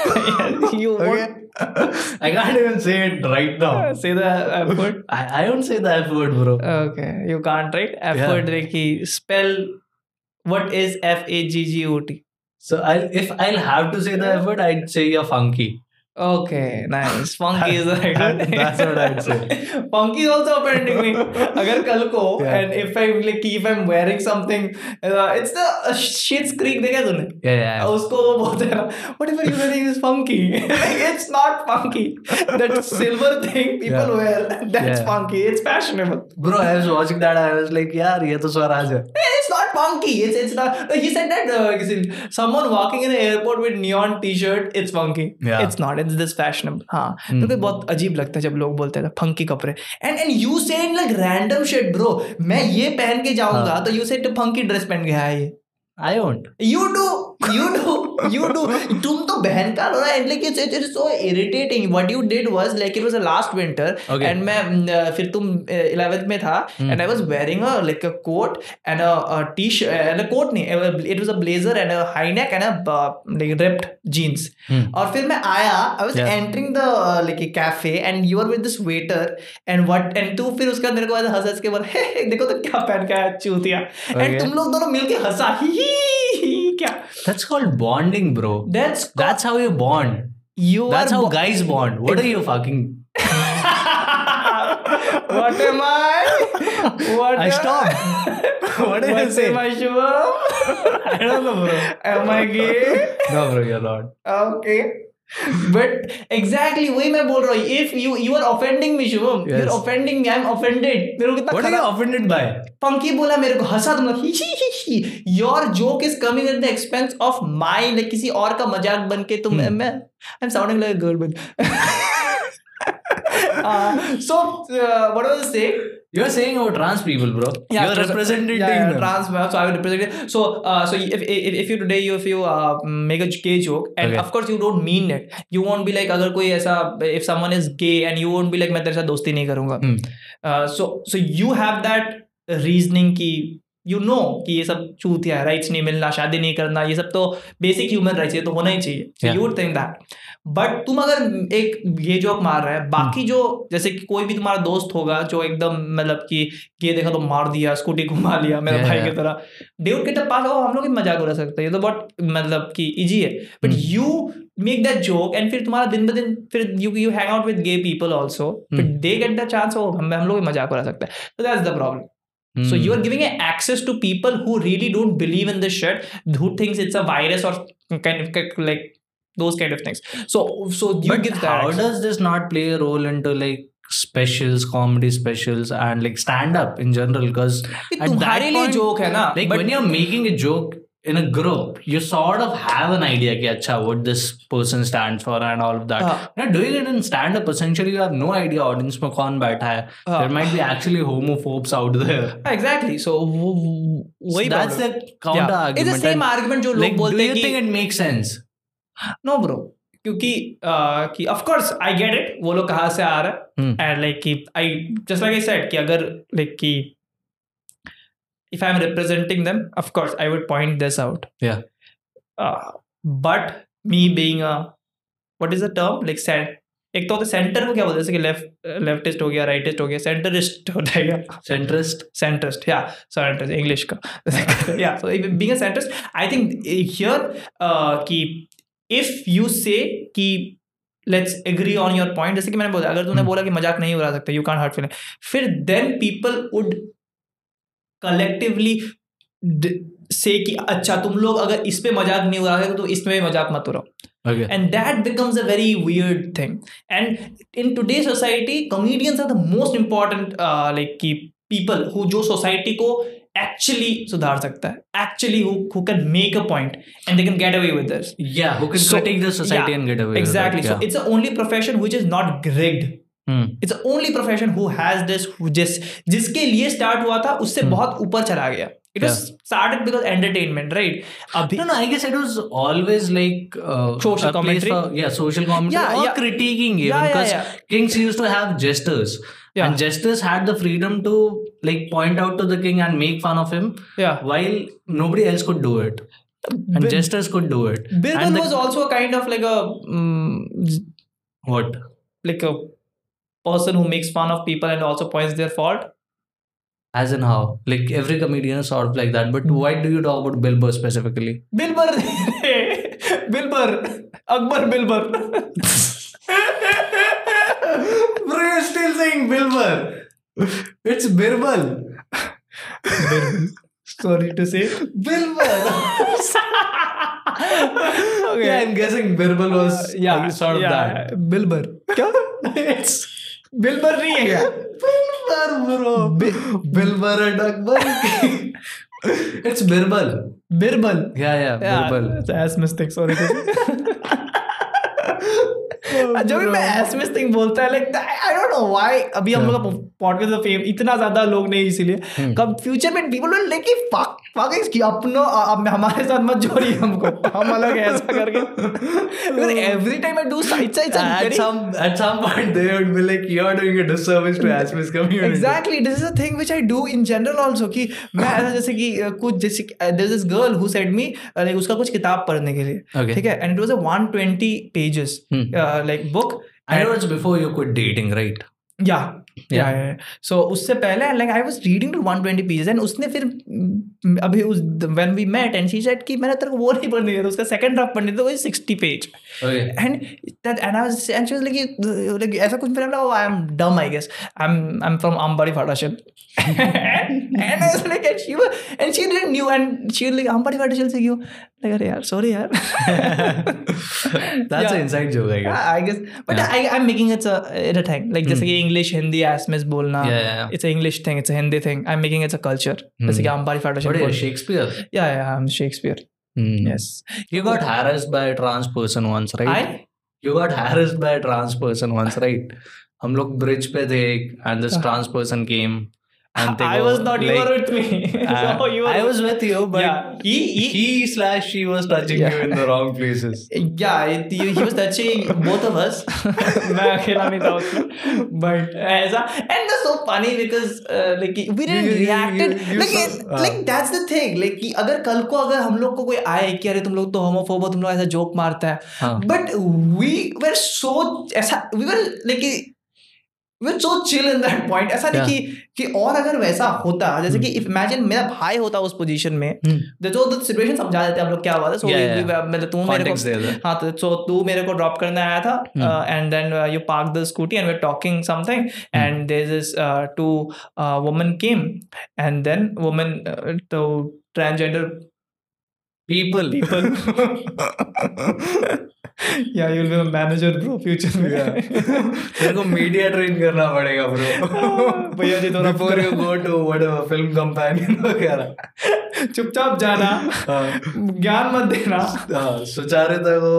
Speaker 2: you
Speaker 1: okay i can't even say it right now
Speaker 2: won't say the F word.
Speaker 1: i, I don't say the f word bro
Speaker 2: Okay, you can't, right? F
Speaker 1: Yeah.
Speaker 2: word, like, spell what is F A G G O T.
Speaker 1: So I'll, if I'll have to say the F word, I'd say you're funky.
Speaker 2: Okay, nice. Funky is the right one.
Speaker 1: That's what I'd say.
Speaker 2: Funky is also offending me. अगर कल को
Speaker 1: Yeah.
Speaker 2: and if I like if I'm wearing something, uh, it's the uh, Shit's Creek देखा है तूने?
Speaker 1: Yeah, yeah.
Speaker 2: उसको वो बोलते हैं ना what if you wearing is funky like it's not funky that silver thing people
Speaker 1: Yeah.
Speaker 2: wear that's
Speaker 1: Yeah.
Speaker 2: funky it's fashionable
Speaker 1: Bro, I was watching that. I was like, yeah, ये तो स्वराज है.
Speaker 2: Hey, it's not funky it's it's not he said that uh, someone walking in an airport with neon t-shirt it's funky
Speaker 1: Yeah. Hmm.
Speaker 2: it's not it's this fashionable हाँ क्योंकि बहुत अजीब लगता है जब लोग बोलते हैं फंकी कपड़े and and you said like random shit bro मैं ये पहन के
Speaker 1: हाँ.
Speaker 2: जाऊंगा तो you said funky dress पहन के आया ये
Speaker 1: I won't.
Speaker 2: You do, you do, you do. तुम तो बहन का रो रहा है like it's it's so irritating. What you did was like it was a last winter
Speaker 1: Okay.
Speaker 2: and मैं अ, फिर तुम इलेवेंथ में था
Speaker 1: हम्म।
Speaker 2: and I was wearing a like a coat and a, a t-shirt and a coat नहीं it was a blazer and a high neck and a uh, like ripped jeans
Speaker 1: Hmm.
Speaker 2: और फिर मैं आया I was
Speaker 1: Yeah.
Speaker 2: entering the uh, like a cafe and you were with this waiter and what and तू फिर उसका मेरे को ऐसे हंस हंस के बोल "Hey, देखो तो क्या पहन के आया चूतिया and
Speaker 1: Okay.
Speaker 2: तुम लोग दोनों मिलके हंसा ही ही ही, क्या
Speaker 1: That's called bonding, bro.
Speaker 2: that's
Speaker 1: That's how you bond.
Speaker 2: you
Speaker 1: That's
Speaker 2: are
Speaker 1: how guys bond. What are you fucking?
Speaker 2: what am I what
Speaker 1: I
Speaker 2: am-
Speaker 1: stopped. What did I
Speaker 2: what
Speaker 1: say?
Speaker 2: am I Shubham
Speaker 1: I don't know, bro.
Speaker 2: am I gay
Speaker 1: No, bro, you're not.
Speaker 2: okay but exactly वही मैं बोल रहा हूँ if you you are offending me Shubham
Speaker 1: Yes.
Speaker 2: you're offending me I'm offended मेरे को कितना
Speaker 1: What are
Speaker 2: खराब
Speaker 1: you offended by?
Speaker 2: पंकी बोला मेरे को हंसा तुम लोग, he he he he your joke is coming at the expense of my like किसी और का मजाक बन के तुम
Speaker 1: Hmm.
Speaker 2: मैं I am sounding like girl but so what was say
Speaker 1: You're saying about trans people, bro. you're representing them.
Speaker 2: trans man so i would represent so uh, so if, if if you today you if you uh, make a gay joke and
Speaker 1: Okay.
Speaker 2: of course you don't mean it you won't be like अगर कोई ऐसा if someone is gay and you won't be like मैं तेरे साथ दोस्ती नहीं करूंगा
Speaker 1: Hmm.
Speaker 2: Uh, so so you have that reasoning कि यू नो कि ये सब चूतिया है राइट्स नहीं मिलना शादी नहीं करना ये सब तो बेसिक ह्यूमन राइट्स ये तो होना ही चाहिए so
Speaker 1: Yeah.
Speaker 2: You think that but तुम अगर एक ये जोक मार रहा
Speaker 1: Hmm.
Speaker 2: है बाकी जो जैसे कि कोई भी तुम्हारा दोस्त होगा जो एकदम मतलब कि ये देखा तो मार दिया स्कूटी घुमा लिया मेरा
Speaker 1: Yeah,
Speaker 2: भाई
Speaker 1: yeah.
Speaker 2: की तरह ड्यूड के तब पास हो हम लोग भी मजाक उड़ा सकते हैं ये तो बहुत मतलब कि इजी है but
Speaker 1: Hmm.
Speaker 2: You make that joke and फिर तुम्हारा दिन ब दिन फिर you you hang out with gay people also
Speaker 1: Hmm.
Speaker 2: They get the chance हो हम हम लोग भी मजाक उड़ा सकते हैं तो that's the problem
Speaker 1: Hmm.
Speaker 2: So you are giving a access to people who really don't believe in this shit, who thinks it's a virus or kind of like those kind of things. So so you
Speaker 1: but
Speaker 2: give that.
Speaker 1: how
Speaker 2: access.
Speaker 1: does this not play a role into like specials, comedy specials, and like stand up in general? Because at
Speaker 2: कि
Speaker 1: that
Speaker 2: तुम्हारे लिए
Speaker 1: point,
Speaker 2: joke है ना
Speaker 1: like
Speaker 2: Uh, but
Speaker 1: when you're making a joke in a group, you sort of have an idea ki, acha, what this person stands for and all of that.
Speaker 2: हाँ,
Speaker 1: When you're doing it in stand up, essentially you have no idea audience mein kaun बैठा है.
Speaker 2: हाँ.
Speaker 1: There might be actually homophobes out there.
Speaker 2: हाँ, exactly. So वो- वो-
Speaker 1: So
Speaker 2: वही
Speaker 1: that's
Speaker 2: problem.
Speaker 1: the counter
Speaker 2: Yeah.
Speaker 1: argument.
Speaker 2: It's the same
Speaker 1: And,
Speaker 2: argument जो लोग
Speaker 1: like, do
Speaker 2: बोलते
Speaker 1: you
Speaker 2: हैं
Speaker 1: think
Speaker 2: कि
Speaker 1: it makes sense?
Speaker 2: No bro क्योंकि uh, कि of course I get it वो लोग कहाँ से आ रहा
Speaker 1: Hmm.
Speaker 2: है एंड लाइक कि I just like I said कि अगर लाइक कि if I am representing them of course I would point this out
Speaker 1: Yeah.
Speaker 2: But me being a what is the term like सेंट एक तो होता है सेंटर को क्या बोलते हैं जैसे कि लेफ्ट लेफ्टिस्ट हो गया राइटिस्ट हो गया सेंटरिस्ट होता है
Speaker 1: Centrist?
Speaker 2: centrist yeah centrist english ka. yeah so if- being a centrist i think eh, here uh ki, if you say ki let's agree on your point जैसे कि मैंने बोला अगर तूने
Speaker 1: Hmm.
Speaker 2: बोला कि मजाक नहीं उड़ा सकते यू can't hurt feeling फिर then people would collectively d- say कि अच्छा तुम लोग अगर इस पे मजाक नहीं उड़ा सकते तो इसमें भी मजाक मत उड़ाओ
Speaker 1: Okay.
Speaker 2: and that becomes a very weird thing and in today's society comedians are the most important uh, like key people who जो society को actually सुधार सकता है actually who who can make a point and they can get away with this
Speaker 1: Yeah, who can
Speaker 2: So-
Speaker 1: critique the society
Speaker 2: yeah,
Speaker 1: and get away
Speaker 2: exactly
Speaker 1: with it.
Speaker 2: so it's the only profession which is not rigged
Speaker 1: Hmm.
Speaker 2: it's the only profession who has this who जिस जिसके लिए start हुआ था उससे
Speaker 1: Hmm.
Speaker 2: बहुत ऊपर चला गया it was started because entertainment right अभी
Speaker 1: No, no, I guess it was always like uh,
Speaker 2: Social
Speaker 1: a place
Speaker 2: commentary.
Speaker 1: For, yeah, social commentary
Speaker 2: Yeah,
Speaker 1: or
Speaker 2: yeah.
Speaker 1: तो critiquing even
Speaker 2: Yeah, yeah,
Speaker 1: because
Speaker 2: yeah.
Speaker 1: kings used to have jesters.
Speaker 2: Yeah.
Speaker 1: And jesters had the freedom to like point out to the king and make fun of him
Speaker 2: yeah
Speaker 1: while nobody else could do it. And
Speaker 2: Bi-
Speaker 1: jesters could do it.
Speaker 2: Birbal
Speaker 1: and the-
Speaker 2: was also a kind of like a mm,
Speaker 1: What?
Speaker 2: like a person who makes fun of people and also points their fault
Speaker 1: as in how like every comedian is sort of like that but why do you talk about bill burr specifically
Speaker 2: बिलबर Bill Burr Akbar बिलबर
Speaker 1: bro you're still saying bill burr it's birbal
Speaker 2: sorry to say
Speaker 1: birbal
Speaker 2: okay Uh,
Speaker 1: yeah i'm guessing birbal was
Speaker 2: yeah
Speaker 1: yeah sort of that
Speaker 2: Bill Burr क्या
Speaker 1: it's
Speaker 2: बिलबर नहीं है क्या
Speaker 1: bilbar bro bilbar and akbar it's birbal
Speaker 2: Birbal
Speaker 1: yeah yeah birbal
Speaker 2: S mistake sorry जब भी मैं S mistake बोलता है like I don't know why अभी हम लोग पॉडकास्ट ऑफ फेम इतना ज्यादा लोग नहीं इसीलिए कम फ्यूचर में people will like fuck fuck इसकी अपनो अब हमारे साथ मत जोड़िए हमको हम अलग हैं ऐसा करके every time I do side side
Speaker 1: at some at some point they would be like you're doing a disservice to Ashmi's community
Speaker 2: exactly this is a thing which I do in general also कि मैं ऐसा जैसे कि uh, कुछ जैसे there this girl who said me like उसका कुछ किताब पढ़ने के लिए
Speaker 1: Okay.
Speaker 2: ठीक है and it was a 120 pages like book
Speaker 1: I know it's before you quit dating right
Speaker 2: या या सो उससे पहले like I was reading to 120 pages and उसने फिर mm, अभी उस when we met and she said कि मैंने तेरे को वो नहीं पढ़ने दिया था उसका सेकंड ड्राफ्ट पढ़ने दिया था तो वो 60 page
Speaker 1: okay
Speaker 2: and that and I was and she was like, "You- like ऐसा कुछ मेरा oh I'm dumb I guess I'm I'm from Ambari Federation and, and I was like and she was and she didn't knew and she was like Ambari Federation से क्यों like अरे यार sorry यार
Speaker 1: that's
Speaker 2: Yeah.
Speaker 1: an inside joke I guess
Speaker 2: Yeah, I guess but I I'm making it a it a thing like जैसे कि English Hindi asmes बोलना
Speaker 1: Hmm. Yeah, yeah, yeah. Hmm.
Speaker 2: it's a English thing it's a Hindi thing I'm making it a culture जैसे कि Ambari
Speaker 1: what
Speaker 2: Federation
Speaker 1: is
Speaker 2: बोल-
Speaker 1: it, Shakespeare
Speaker 2: yeah yeah I'm Shakespeare
Speaker 1: Hmm.
Speaker 2: yes
Speaker 1: you got harassed by a trans person once right
Speaker 2: I
Speaker 1: you got harassed by a trans person once right हम लोग bridge पे थे and this trans person came and they
Speaker 2: I
Speaker 1: go,
Speaker 2: was not you
Speaker 1: like,
Speaker 2: were with me
Speaker 1: uh,
Speaker 2: so you were
Speaker 1: I was with you but
Speaker 2: Yeah.
Speaker 1: he, he slash she was touching
Speaker 2: Yeah.
Speaker 1: you in the wrong places
Speaker 2: Yeah, it, he, he was touching both of us. मैं अकेला नहीं था उसमें but ऐसा and that's so funny because uh, like we didn't
Speaker 1: You- you- you-
Speaker 2: reacted
Speaker 1: you
Speaker 2: like
Speaker 1: saw-
Speaker 2: it-
Speaker 1: हाँ.
Speaker 2: like that's the thing like कि अगर कल को अगर हम लोग को कोई आए कि अरे तुम लोग तो homophobe हो तुम लोग ऐसा जोक मारता है
Speaker 1: हाँ.
Speaker 2: but we were so ऐसा we were like कि- we were so chill in that point ऐसा
Speaker 1: Yeah.
Speaker 2: नहीं कि कि और अगर वैसा होता जैसे कि if imagine मेरा भाई होता उस position में तो
Speaker 1: Hmm.
Speaker 2: जो सिचुएशन समझा देते हम लोग क्या हुआ था so
Speaker 1: Yeah,
Speaker 2: we-
Speaker 1: yeah.
Speaker 2: we were- मतलब तू मेरे
Speaker 1: Context
Speaker 2: को
Speaker 1: there, there.
Speaker 2: हाँ तो सो तू मेरे को ड्रॉप करने आया था uh, and then you park the scooty and we talking something and there is two woman came and then woman तो ट्रांसजेंडर
Speaker 1: people
Speaker 2: पीपल या you will be manager bro future में
Speaker 1: तेरे को मीडिया ट्रेन करना पड़ेगा bro
Speaker 2: भैया जी थोड़ा
Speaker 1: before you go to whatever film companion वगैरह
Speaker 2: चुपचाप जाना ज्ञान मत देना
Speaker 1: हाँ, सुचारिता को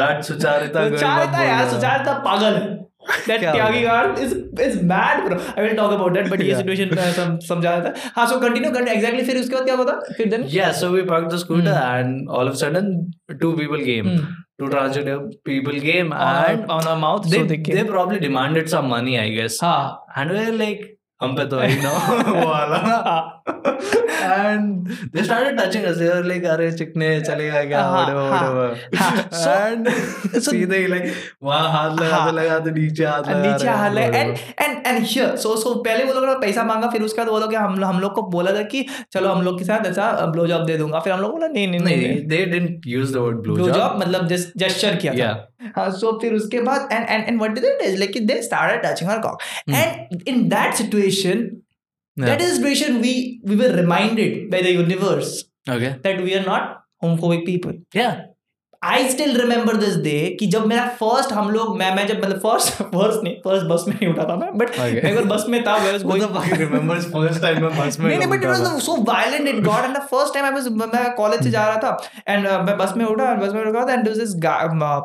Speaker 1: दैट सुचारिता girl मत
Speaker 2: सुचारिता तो यार
Speaker 1: बोलना।
Speaker 2: सुचारिता पागल है That
Speaker 1: क्या हो
Speaker 2: Tyagi girl is is mad bro. I will talk about that. But ये
Speaker 1: Yeah.
Speaker 2: situation uh, सम समझा रहा था. हाँ so continue कर exactly फिर उसके बाद क्या हुआ था? फिर then
Speaker 1: Yeah, so we parked the scooter
Speaker 2: Hmm.
Speaker 1: and all of a sudden two people came. Two transgender people came
Speaker 2: on,
Speaker 1: and
Speaker 2: on our mouth.
Speaker 1: they,
Speaker 2: so they
Speaker 1: they,
Speaker 2: came.
Speaker 1: probably demanded some money, I guess.
Speaker 2: हाँ.
Speaker 1: And we are like, हम पे तो है ही ना वो वाला
Speaker 2: हाँ.
Speaker 1: and they started touching us. They were like, अरे चिकने चलेगा क्या
Speaker 2: हाँ,
Speaker 1: whatever
Speaker 2: हाँ, हाँ.
Speaker 1: whatever.
Speaker 2: So-
Speaker 1: And सीधे ही like वहाँ हाथ लगा
Speaker 2: हाँ.
Speaker 1: दे लगा दे नीचे हाथ लगा
Speaker 2: नीचे
Speaker 1: रहे हैं,
Speaker 2: हाल है and
Speaker 1: whatever.
Speaker 2: And and here so so पहले वो लोगों ने पैसा मांगा फिर उसके बाद वो लोग हम हम लोग को बोला था कि चलो हम लोग के साथ ऐसा ब्लो जॉब दे दूंगा फिर हम लोग बोला नहीं नहीं नहीं, नहीं
Speaker 1: नहीं they didn't use the word blue,
Speaker 2: blow
Speaker 1: job.
Speaker 2: Job मतलब जस्ट जेस्चर किया था
Speaker 1: Yeah.
Speaker 2: हाँ सो फिर उसके बाद and and and what did it is like they started touching our cock and in that situation that is situation we we were reminded by the universe
Speaker 1: Okay.
Speaker 2: That we are not homophobic people
Speaker 1: Yeah.
Speaker 2: I still remember this day कि जब मेरा first हम लोग मैं मैं जब मतलब first first नहीं फर्स्ट बस में नहीं उठा था मैं बट
Speaker 1: Okay.
Speaker 2: मैं एक बार बस में था I was
Speaker 1: Who
Speaker 2: going
Speaker 1: the fuck remembers first time मैं bus में
Speaker 2: नहीं नहीं बट इट
Speaker 1: घूमता था?
Speaker 2: Was so violent it got and the first time I was मैं कॉलेज से जा रहा था एंड मैं बस में उठा बस में उठा था and this uh,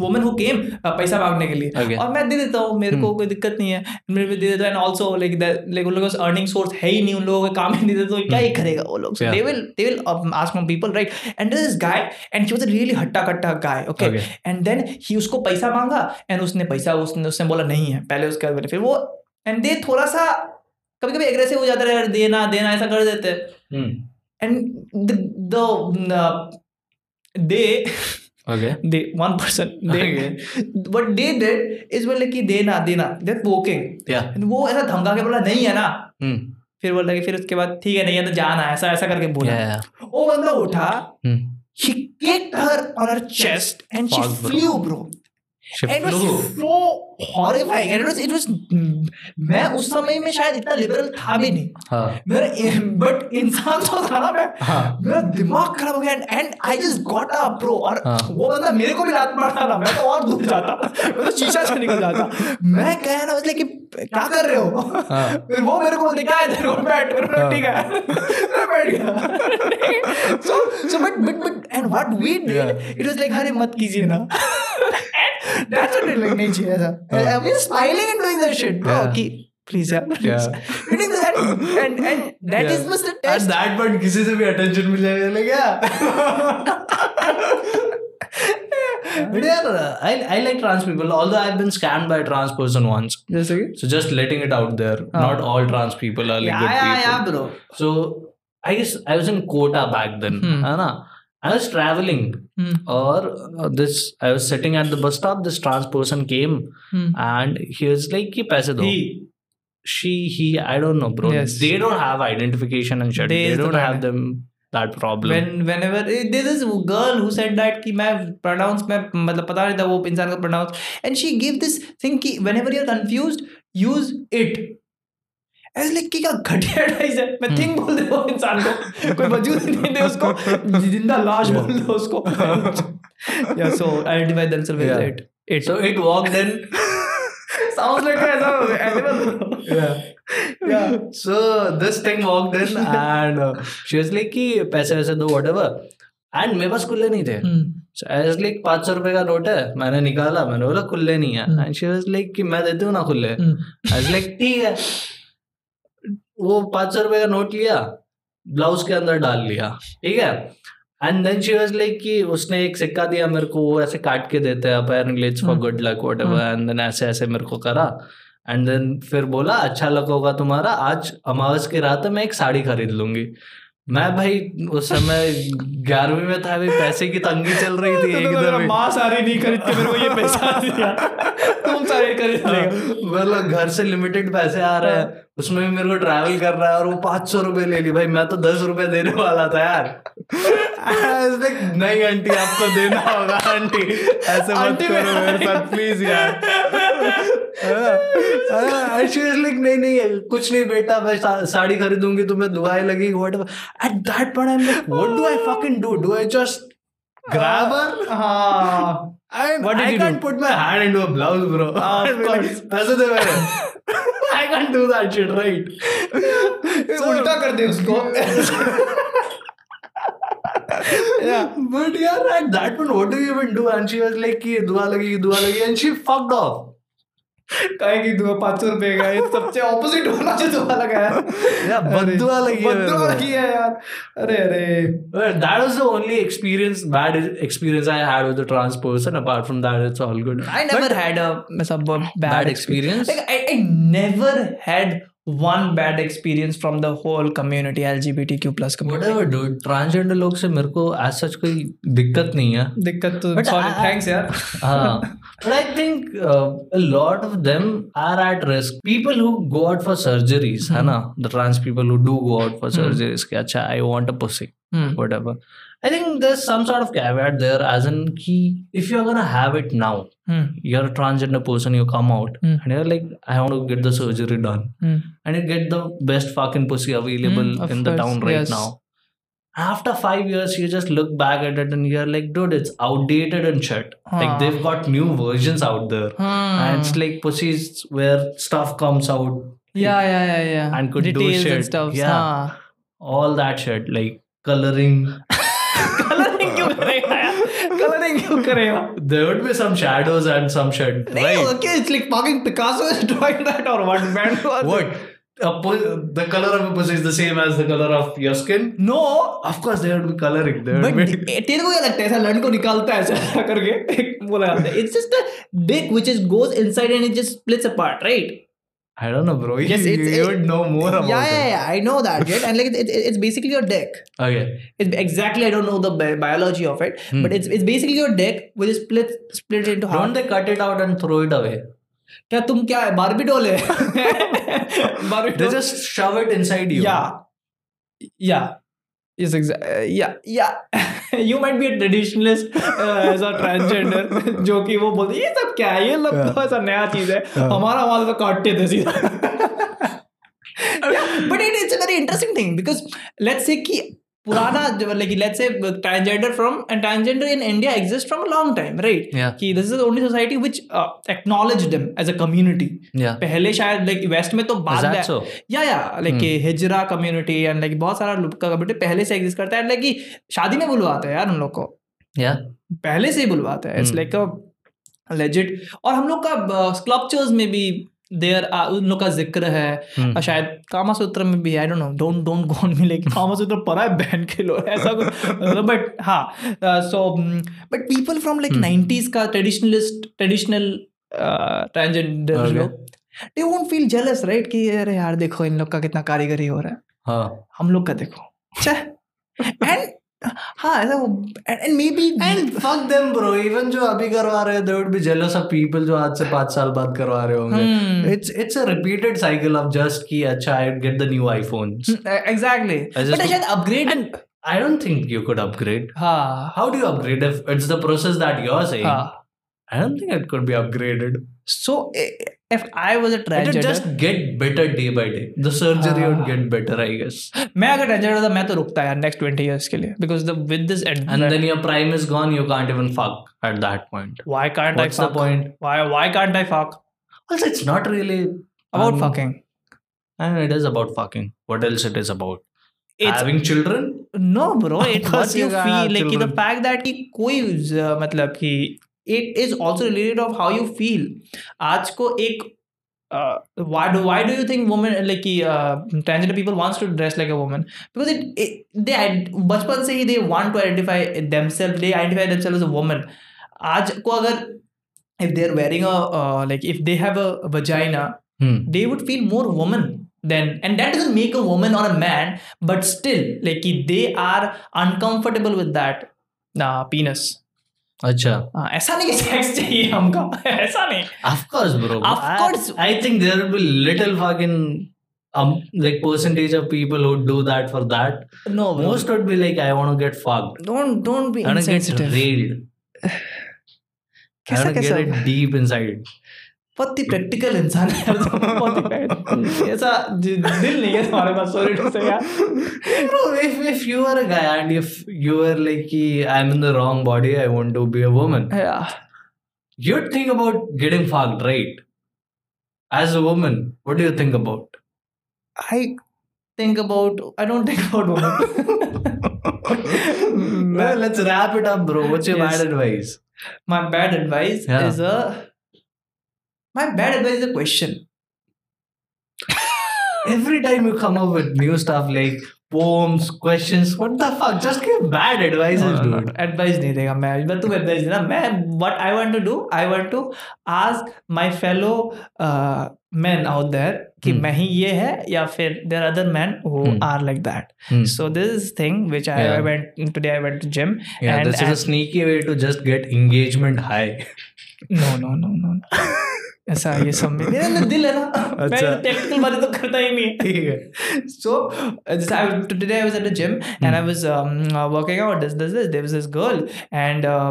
Speaker 2: woman who came uh, पैसा मांगने के लिए
Speaker 1: Okay. Hmm.
Speaker 2: और मैं दे देता हूँ मेरे को कोई दिक्कत नहीं है मेरे को दे देता एंड ऑल्सो लाइक लाइक उन लोगों का अर्निंग सोर्स है ही नहीं उन लोगों का काम ही नहीं देते तो क्या ही करेगा वो लोग
Speaker 1: Hmm. Yeah.
Speaker 2: They will they will ask from people right and this guy and he was a really हट्टा कट्टा guy okay
Speaker 1: Okay.
Speaker 2: And then he उसको पैसा मांगा एंड उसने पैसा उसने उसने बोला नहीं है पहले उसके बाद बोले, फिर वो एंड दे थोड़ा सा कभी कभी एग्रेसिव हो जाता है यार देना देना ऐसा कर देते
Speaker 1: Hmm.
Speaker 2: And the they
Speaker 1: Okay.
Speaker 2: uh, they one person they
Speaker 1: Okay.
Speaker 2: what they did is well like कि देना देना they're poking
Speaker 1: Yeah.
Speaker 2: वो ऐसा धमका के बोला नहीं है ना
Speaker 1: Hmm.
Speaker 2: फिर बोला कि फिर उसके बाद ठीक है नहीं है तो जाना है, ऐसा ऐसा करके बोला
Speaker 1: Yeah.
Speaker 2: वो बंदा उठा
Speaker 1: Hmm.
Speaker 2: he kicked her on her chest and she
Speaker 1: Fuck, bro.
Speaker 2: flew bro
Speaker 1: She
Speaker 2: And it was
Speaker 1: flew.
Speaker 2: so horrifying and it was it was मैं उस समय में शायद इतना लिबरल था भी नहीं
Speaker 1: हाँ.
Speaker 2: मेरा बट इंसान तो था ना मैं
Speaker 1: हाँ.
Speaker 2: मेरा दिमाग खराब हो गया and I just got up bro और
Speaker 1: हाँ.
Speaker 2: वो बंदा मेरे को भी लात मारता था मैं तो और दूर जाता मैं तो शीशा से निकल जाता मैं कह रहा मतलब कि क्या कर रहे हो
Speaker 1: हाँ.
Speaker 2: फिर वो मेरे को बोलते क्या इधर को बैठ मेरे को ठीक है मैं बैठ गया so so but but but and what we did
Speaker 1: Yeah.
Speaker 2: It was like अरे मत कीजिए ना दैट्स व्हाट इट लाइक नहीं चाहिए था I am smiling and doing that shit bro
Speaker 1: हाँ। Yeah.
Speaker 2: कि प्लीज यार
Speaker 1: Yeah.
Speaker 2: and and that is
Speaker 1: Yeah.
Speaker 2: must the
Speaker 1: At
Speaker 2: test
Speaker 1: that point, किसी से भी attention मिल जाएगा like, yeah. But yeah, I, I like trans people. Although I've been scammed by a trans person once,
Speaker 2: जैसे कि
Speaker 1: so just letting it out there. Not all trans people are like
Speaker 2: Oh. Yeah,
Speaker 1: good
Speaker 2: yeah,
Speaker 1: people.
Speaker 2: yeah, bro.
Speaker 1: So I guess I was in Kota back then.
Speaker 2: Hmm.
Speaker 1: है ना? I was traveling,
Speaker 2: Hmm.
Speaker 1: or uh, this. I was sitting at the bus stop. This trans person came,
Speaker 2: Hmm.
Speaker 1: and he was like, "Ki paise do."
Speaker 2: He.
Speaker 1: she, he, I don't know, bro.
Speaker 2: Yes.
Speaker 1: They don't have identification and shit.
Speaker 2: They
Speaker 1: They,
Speaker 2: is the
Speaker 1: don't have
Speaker 2: problem.
Speaker 1: them that problem.
Speaker 2: When whenever eh, there's this girl who said that कि मैं pronounce मैं मतलब पता नहीं था वो इंसान का pronounce and she gave this thing कि whenever you're confused use it ऐसे लाइक कि क्या घटिया advice है मैं
Speaker 1: Hmm.
Speaker 2: थिंग बोल दे वो इंसान को कोई वजूद ही नहीं दे उसको जिंदा लाश बोल दो उसको yeah so identify themselves as
Speaker 1: Yeah.
Speaker 2: it it
Speaker 1: so it walked in.
Speaker 2: sounds like ऐसा animal
Speaker 1: yeah.
Speaker 2: yeah
Speaker 1: So this thing walked in and uh, she was like, "Ki पैसे वैसे दो whatever." And मेरे पास खुले नहीं थे
Speaker 2: Hmm.
Speaker 1: So I was like, पाँच सौ रुपए का नोट है मैंने निकाला मैंने बोला खुले नहीं है
Speaker 2: Hmm.
Speaker 1: And she was like कि मैं देती हूँ ना खुले
Speaker 2: Hmm.
Speaker 1: आई वाज लाइक ठीक है वो पाँच सौ रुपए का नोट लिया ब्लाउज के अंदर डाल लिया ठीक है and then she was like कि उसने एक सिक्का दिया मेरे को वो ऐसे काट के देते हैं apparently it's for
Speaker 2: Hmm.
Speaker 1: Good luck what and then ऐसे ऐसे मेरे को करा एंड देन फिर बोला अच्छा लक होगा तुम्हारा आज अमावस की रात है मैं एक साड़ी खरीद लूंगी मैं भाई उस समय ग्यारहवीं में था भाई पैसे की तंगी चल रही थी
Speaker 2: तो तो मेरा
Speaker 1: एकदम ही।
Speaker 2: माँ सारी नहीं खरीद के मेरे को ये पैसा
Speaker 1: हाँ।
Speaker 2: दिया तुम सारे खरीद लेगा
Speaker 1: मतलब घर से लिमिटेड पैसे आ रहे हैं उसमें भी मेरे को ट्रैवल कर रहा है और वो पाँच सौ रुपए ले ली भाई मैं तो दस रुपए देने वाला था यार I was like, नहीं आंटी आपको देना होगा आंटी ऐसे मत
Speaker 2: "Aunty,
Speaker 1: करो मेरे साथ प्लीज यार हाँ, आशीष लाइक नहीं नहीं कुछ नहीं बेटा मैं सा- साड़ी खरीदूंगी तुम्हें दुआएं लगेगी what at that point I am like what do I fucking do do I just grab her
Speaker 2: हाँ
Speaker 1: I'm,
Speaker 2: What did
Speaker 1: I
Speaker 2: you
Speaker 1: can't put my hand into a blouse, bro.
Speaker 2: Ah, of
Speaker 1: Like,
Speaker 2: course.
Speaker 1: पैसे दे मेरे. I can't do that shit, right? So-
Speaker 2: तो उल्टा कर दे उसको
Speaker 1: But yeah, at that point, what do you even do? And she was like, कि दुआ लगी, दुआ लगी, and she fucked off.
Speaker 2: कहेगी दुआ पाँच सौ रुपए का ये सबसे ऑपोजिट होना जो दुआ लगा है
Speaker 1: Yeah, बद्दुआ लगी है मेरे
Speaker 2: बद्दुआ
Speaker 1: को.
Speaker 2: लगी है यार अरे अरे
Speaker 1: Well, that was the only experience, bad experience I had with a trans person. Apart from that, it's all good.
Speaker 2: I never had a मतलब
Speaker 1: Bad
Speaker 2: bad
Speaker 1: experience?
Speaker 2: Like I, I never had one bad experience from the whole community LGBTQ plus community.
Speaker 1: Whatever, dude. Transgender लोग से मेरे को as such कोई दिक्कत नहीं है.
Speaker 2: दिक्कत तो
Speaker 1: But
Speaker 2: सॉरी
Speaker 1: I-
Speaker 2: थैंक्स यार
Speaker 1: Uh, but I think uh, a lot of them are at risk. People who go out for surgeries, है ना, the trans people who do go out for surgeries, कि अच्छा, I want a pussy,
Speaker 2: Hmm,
Speaker 1: whatever. I think there's some sort of caveat there, as in, कि if you're gonna have it now, you're a transgender person, you come out,
Speaker 2: Hmm.
Speaker 1: and you're like, I want to get the surgery done, and you get the best fucking pussy available
Speaker 2: Hmm, of
Speaker 1: in the
Speaker 2: course,
Speaker 1: town right
Speaker 2: yes.
Speaker 1: now. After five years, you just look back at it and you're like, dude, it's outdated and shit. Like they've got new versions out there.
Speaker 2: Hmm.
Speaker 1: And it's like pussies where stuff comes out,
Speaker 2: yeah yeah yeah yeah
Speaker 1: And could do
Speaker 2: Details
Speaker 1: shit.
Speaker 2: and stuff
Speaker 1: Yeah. all that shit, like coloring.
Speaker 2: Colouring क्यों करेगा यार colouring क्यों करेगा
Speaker 1: There would be some shadows and some shit,
Speaker 2: नहीं
Speaker 1: right?
Speaker 2: okay it's like fucking Picasso is drawing that or what man was it?
Speaker 1: What? A pu- the color of a pussy is the same as the color of your skin.
Speaker 2: no
Speaker 1: Of course, there would be coloring. There
Speaker 2: but
Speaker 1: would be.
Speaker 2: ए- तेरे को क्या लगता है ऐसा लड़न को निकालता है ऐसा करके एक बोला जाता है it's just a dick which is goes inside and it just splits apart right
Speaker 1: I don't know, bro.
Speaker 2: Yes,
Speaker 1: you,
Speaker 2: it's-
Speaker 1: you
Speaker 2: it-
Speaker 1: would know more about
Speaker 2: yeah yeah
Speaker 1: it.
Speaker 2: yeah I know that right and like it, it, it's basically your dick
Speaker 1: Okay.
Speaker 2: it's exactly I don't know the bi- biology of it,
Speaker 1: Hmm.
Speaker 2: but it's it's basically your dick which is split split into half.
Speaker 1: Don't they cut it out and throw it away?
Speaker 2: क्या तुम क्या है Barbie doll है Barbie
Speaker 1: They
Speaker 2: doll
Speaker 1: just shove it inside you.
Speaker 2: yeah yeah Yes, exactly. Uh, yeah, yeah. you might be a traditionalist uh, as a transgender, जो कि वो बोलते ये सब क्या है ये लोग तो ऐसा नया चीज है हमारा वहां तो काटते थे सीधा but it is a very interesting thing because let's say कि पुराना like let's say transgender from and transgender in India exist from a long time right
Speaker 1: Yeah.
Speaker 2: कि this is the only society which acknowledge them as a community
Speaker 1: Yeah.
Speaker 2: पहले शायद like west में तो बाद
Speaker 1: that
Speaker 2: में
Speaker 1: so?
Speaker 2: या या like hijra community and like बहुत सारा लुपका कम्युनिटी पहले से एग्जिस्ट करता है लाइक कि शादी में बुलवाते हैं यार उन लोग को
Speaker 1: Yeah.
Speaker 2: पहले से ही बुलवाते हैं it's
Speaker 1: Hmm.
Speaker 2: Like a legit और हम लोग का स्कल्पचर्स में भी देयर उन लोग का जिक्र है
Speaker 1: Hmm.
Speaker 2: और शायद कामासूत्र में भी I don't know don't don't go on me like Kamasutra पढ़ा है बहन के लो ऐसा कुछ बट हाँ सो बट पीपल फ्रॉम
Speaker 1: हम्म।
Speaker 2: लाइक 90s का ट्रेडिशनलिस्ट ट्रेडिशनल ट्रांसजेंडर
Speaker 1: Okay.
Speaker 2: लोग they won't feel jealous right कि अरे यार देखो इन लोग का कितना कारीगरी हो रहा है
Speaker 1: Huh.
Speaker 2: हम लोग का देखो एंड हाँ ऐसा and maybe
Speaker 1: And fuck them, bro. Even जो अभी करवा रहे हैं, they would be jealous of people जो आज से पाँच साल बाद करवा रहे
Speaker 2: हम्म,
Speaker 1: होंगे. It's it's a repeated cycle of just कि अच्छा I get the new iPhones.
Speaker 2: Exactly
Speaker 1: I just-
Speaker 2: but शायद upgrade
Speaker 1: I don't think you could upgrade.
Speaker 2: हाँ
Speaker 1: How do you upgrade if it's the process that you're saying?
Speaker 2: हाँ
Speaker 1: I don't think it could be upgraded.
Speaker 2: So i- if I was
Speaker 1: It
Speaker 2: a
Speaker 1: would
Speaker 2: transgender,
Speaker 1: just get better day by day. The surgery would
Speaker 2: Ah.
Speaker 1: get better, I guess.
Speaker 2: मैं अगर transgender होता मैं तो रुकता यार next 20 years के लिए because the with this ad-
Speaker 1: And then your prime is gone. You can't even fuck at that point.
Speaker 2: why can't
Speaker 1: What's
Speaker 2: I
Speaker 1: the
Speaker 2: fuck?
Speaker 1: point?
Speaker 2: Why why can't I fuck
Speaker 1: Also, it's not really
Speaker 2: about
Speaker 1: Um,
Speaker 2: fucking?
Speaker 1: And it is about fucking. What else it is about?
Speaker 2: It's
Speaker 1: Having children?
Speaker 2: no bro it's
Speaker 1: course
Speaker 2: what you
Speaker 1: you gotta have
Speaker 2: feel like the
Speaker 1: children.
Speaker 2: fact that कि कोई ज- मतलब कि it is also related of how you feel आज को एक uh, why do why do you think women like कि uh, transgender people wants to dress like a woman because it, it they id- बचपन से ही they want to identify themselves they identify themselves as a woman आज को अगर if they're wearing a uh, like if they have a vagina
Speaker 1: Hmm.
Speaker 2: they would feel more woman than and that doesn't make a woman or a man but still like कि they are uncomfortable with that uh, penis
Speaker 1: Acha.
Speaker 2: uh, ऐसा नहीं कि sex चाहिए हमको ऐसा नहीं
Speaker 1: Of course, bro.
Speaker 2: Of
Speaker 1: I-
Speaker 2: course.
Speaker 1: I think there will be little fucking um like percentage of people who do that for that.
Speaker 2: no bro.
Speaker 1: Most would be like, I want to get fucked.
Speaker 2: don't don't be
Speaker 1: I want to get
Speaker 2: insensitive
Speaker 1: railed. I
Speaker 2: कैसा
Speaker 1: want to get
Speaker 2: कैसा
Speaker 1: it deep inside.
Speaker 2: बहुत ही practical इंसान है यार तुम, बहुत ही practical. ऐसा दि- दिल नहीं है तुम्हारे पास सॉरी टू से यार
Speaker 1: Bro, if, if you are a guy and if you are like, "Ki, I'm in the wrong body, I want to be a woman,
Speaker 2: Yeah.
Speaker 1: you'd think about getting fucked, right? As a woman, what do you think about?
Speaker 2: I think about I don't think about women
Speaker 1: Well, let's wrap it up, bro. What's your
Speaker 2: Yes.
Speaker 1: bad advice?
Speaker 2: my bad advice
Speaker 1: Yeah.
Speaker 2: is a my bad advice is a question
Speaker 1: Every time you come up with new stuff like poems, questions, what the fuck? Just give bad advices, dude.
Speaker 2: Advice नहीं देगा मैं मैं तुम advice देना मैं what I want to do I want to ask my fellow uh, man out there कि
Speaker 1: Hmm.
Speaker 2: मैं ही ये है या फिर there other man who
Speaker 1: Hmm.
Speaker 2: Are like that
Speaker 1: Hmm.
Speaker 2: So this is thing which I
Speaker 1: Yeah.
Speaker 2: I went today I went to gym
Speaker 1: Yeah,
Speaker 2: and-
Speaker 1: this is a
Speaker 2: and-
Speaker 1: sneaky way to just get engagement high.
Speaker 2: No no no no ऐसा ये सब में मेरे अंदर दिल है ना मैं
Speaker 1: अच्छा।
Speaker 2: टेक्निकल बातें तो करता ही नहीं है so uh, this, I, today I was at the gym and I was um, uh, working out. This, this, this. There was this girl and uh,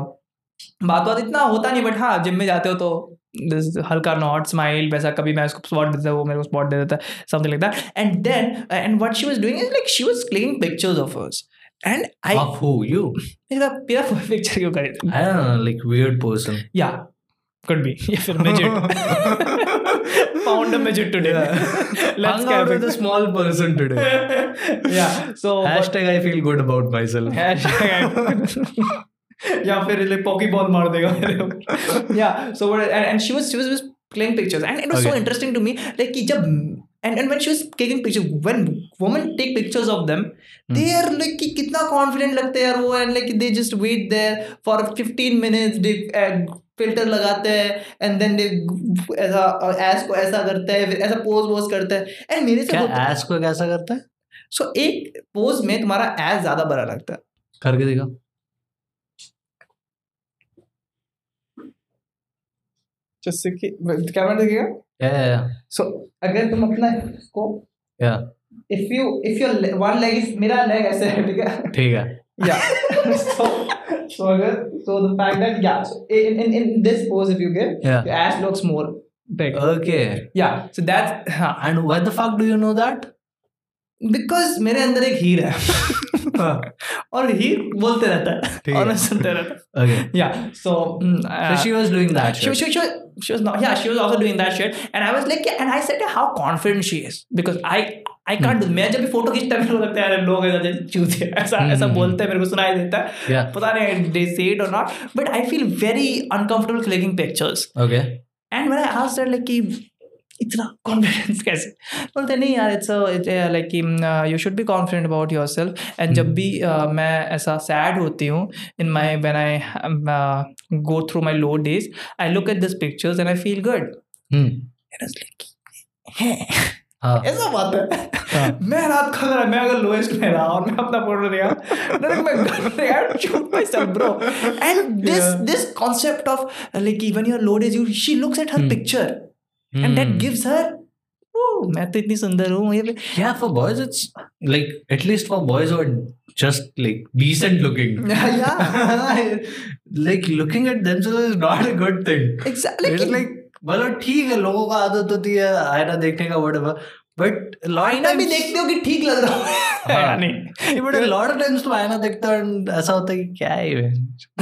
Speaker 2: बात बात इतना होता नहीं बट हाँ जिम में जाते हो तो this हल्का नॉट स्माइल वैसा कभी मैं उसको स्पॉट देता हूँ वो मेरे को स्पॉट दे देता है something like that and then and what she was doing is like she was clicking pictures of hers and I
Speaker 1: of who? You?
Speaker 2: मेरा पिया पिक्चर क्यों
Speaker 1: I
Speaker 2: करे
Speaker 1: don't know, like weird person.
Speaker 2: या could be या फिर midget found a midget today let's
Speaker 1: Hung out
Speaker 2: get
Speaker 1: with a small person today.
Speaker 2: it yeah so but-
Speaker 1: Hashtag I feel good about myself.
Speaker 2: Hashtag- या फिर ले पॉकी ball मार देगा मेरे को या so what and and she was she was just playing pictures and it was so
Speaker 1: Okay.
Speaker 2: Interesting to me like कि जब and and when she was taking picture when women take pictures of them
Speaker 1: Hmm.
Speaker 2: They are like कि कितना confident लगते हैं यार वो and like they just wait there for 15 minutes they filter लगाते हैं एंड देन दे ऐसा ऐस को ऐसा करते हैं फिर ऐसा पोज वोज करते हैं एंड मेरे से
Speaker 1: क्या
Speaker 2: होता
Speaker 1: ass को कैसा करता है?
Speaker 2: सो एक पोज में तुम्हारा एस ज्यादा बड़ा लगता है
Speaker 1: करके दिखा.
Speaker 2: जैसे कि कैमरा देखिएगा
Speaker 1: yeah, yeah, yeah.
Speaker 2: सो अगर तुम अपना इसको
Speaker 1: Yeah.
Speaker 2: If you if your one leg is मेरा लेग ऐसे है ठीक है
Speaker 1: ठीक है
Speaker 2: yeah so so good so the fact that yeah so in in, in this pose if you give
Speaker 1: Yeah.
Speaker 2: your ass looks more big
Speaker 1: Okay.
Speaker 2: yeah so that's huh.
Speaker 1: And why the fuck do you know that?
Speaker 2: because मेरे अंदर एक हीर है और हीर बोलते रहता है
Speaker 1: हाँ। ठीक
Speaker 2: और
Speaker 1: है।
Speaker 2: मैं सुनते रहता हूँ।
Speaker 1: Okay.
Speaker 2: yeah so mm,
Speaker 1: So
Speaker 2: uh,
Speaker 1: she was doing that.
Speaker 2: she,
Speaker 1: shit.
Speaker 2: she, she, she was not yeah she was also doing that shit and I was like yeah, and I said yeah, how confident she is because I I can't do मैं जब भी photo खींचता है मेरे को लगता है अरे लोग ऐसा चूते ऐसा ऐसा बोलते हैं मेरे को सुनाई देता है
Speaker 1: Yeah.
Speaker 2: पता नहीं they say it or not but I feel very uncomfortable clicking pictures
Speaker 1: Okay.
Speaker 2: and when I asked her like कि इतना कॉन्फिडेंस कैसे बोलते नहीं यार it's like you should be confident about yourself and जब भी uh, मैं ऐसा सैड होती हूँ in my when um, I go through my low days I look at this pictures and I feel good
Speaker 1: Hmm.
Speaker 2: है
Speaker 1: हाँ.
Speaker 2: ऐसा बात है
Speaker 1: हाँ।
Speaker 2: मैं रात खा रहा मैं अगर लोएस्ट में रहा और मैं अपना फोटो दिया मैं घर पे यार shoot myself, bro. And this this concept of like even your load is you she looks at her picture and that
Speaker 1: Hmm.
Speaker 2: gives her "Woo, मैं तो इतनी सुंदर हूँ ये भी-"
Speaker 1: Yeah, for boys, it's like at least for boys who are just like decent looking.
Speaker 2: yeah
Speaker 1: like looking at themselves is not a good thing.
Speaker 2: exactly
Speaker 1: It's like मतलब ठीक है लोगों का आदत होती है आईना देखने का whatever but a lot
Speaker 2: आईना भी
Speaker 1: times-
Speaker 2: देखते हो कि ठीक लग रहा है
Speaker 1: हाँ।
Speaker 2: नहीं
Speaker 1: but a lot of times तो आईना देखता है and ऐसा होता है कि क्या है ये?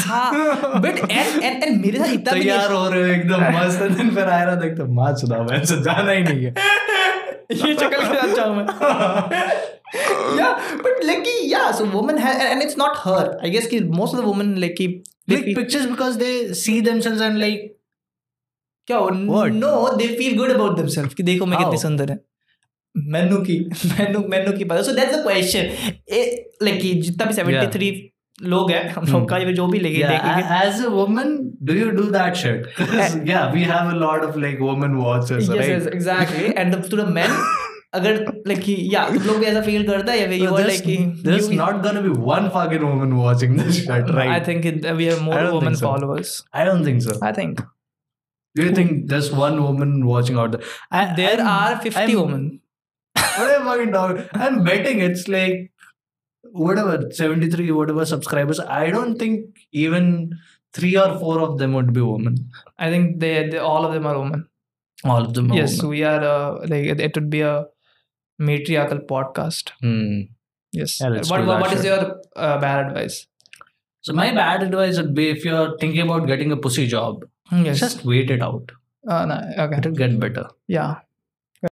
Speaker 2: हाँ बट एंड एंड एंड मेरे साथ इतना भी नहीं-
Speaker 1: तैयार हो रहे हो एकदम मस्त and then फिर आईना देखते हो, माँ सुना मैं ऐसे जाना ही नहीं है
Speaker 2: ये शक्ल के साथ जाऊं मैं yeah but like yeah so woman ha- and, and it's not her i guess ki most of the women like ki they
Speaker 1: like
Speaker 2: feel,
Speaker 1: pictures because they see themselves and like
Speaker 2: क्या हो
Speaker 1: What?
Speaker 2: no they feel good about themselves कि देखो मैं
Speaker 1: How?
Speaker 2: कितनी सुंदर है मैनू की मैनू मैनू की पता so that's the question like कि जितना भी 73 लोग हैं हम लोग का ये जो भी लेके
Speaker 1: Hmm. yeah,
Speaker 2: देख लेंगे
Speaker 1: a- as a woman, do you do that shit? 'Cause, yeah, we have a lot of like woman watchers,
Speaker 2: yes
Speaker 1: right?
Speaker 2: yes exactly and the, to the men अगर लाइक कि या तुम लोग भी ऐसा फeel करता है या फिर
Speaker 1: So
Speaker 2: you are
Speaker 1: there's
Speaker 2: like कि
Speaker 1: there's not gonna be one fucking woman watching this shit, right?
Speaker 2: I think we have
Speaker 1: I
Speaker 2: more
Speaker 1: don't
Speaker 2: women
Speaker 1: think so.
Speaker 2: Followers
Speaker 1: I don't think so.
Speaker 2: I think
Speaker 1: Do you think there's one woman watching out there? I,
Speaker 2: there
Speaker 1: I'm-
Speaker 2: are 50
Speaker 1: I'm-
Speaker 2: women
Speaker 1: What am I talking- I'm betting it's like whatever 73 whatever subscribers. I don't think even three or four of them would be women.
Speaker 2: I think they, they all of them are women.
Speaker 1: All of them. Are
Speaker 2: Yes,
Speaker 1: Women.
Speaker 2: we are uh, like it it would be a matriarchal podcast.
Speaker 1: Hmm.
Speaker 2: Yes.
Speaker 1: Yeah, let's
Speaker 2: what
Speaker 1: do
Speaker 2: what,
Speaker 1: that
Speaker 2: what is
Speaker 1: shit.
Speaker 2: your uh, bad advice?
Speaker 1: So my bad advice would be if you're thinking about getting a pussy job,
Speaker 2: Hmm, Yes.
Speaker 1: just wait it out.
Speaker 2: uh, no, okay.
Speaker 1: It'll get better.
Speaker 2: Yeah.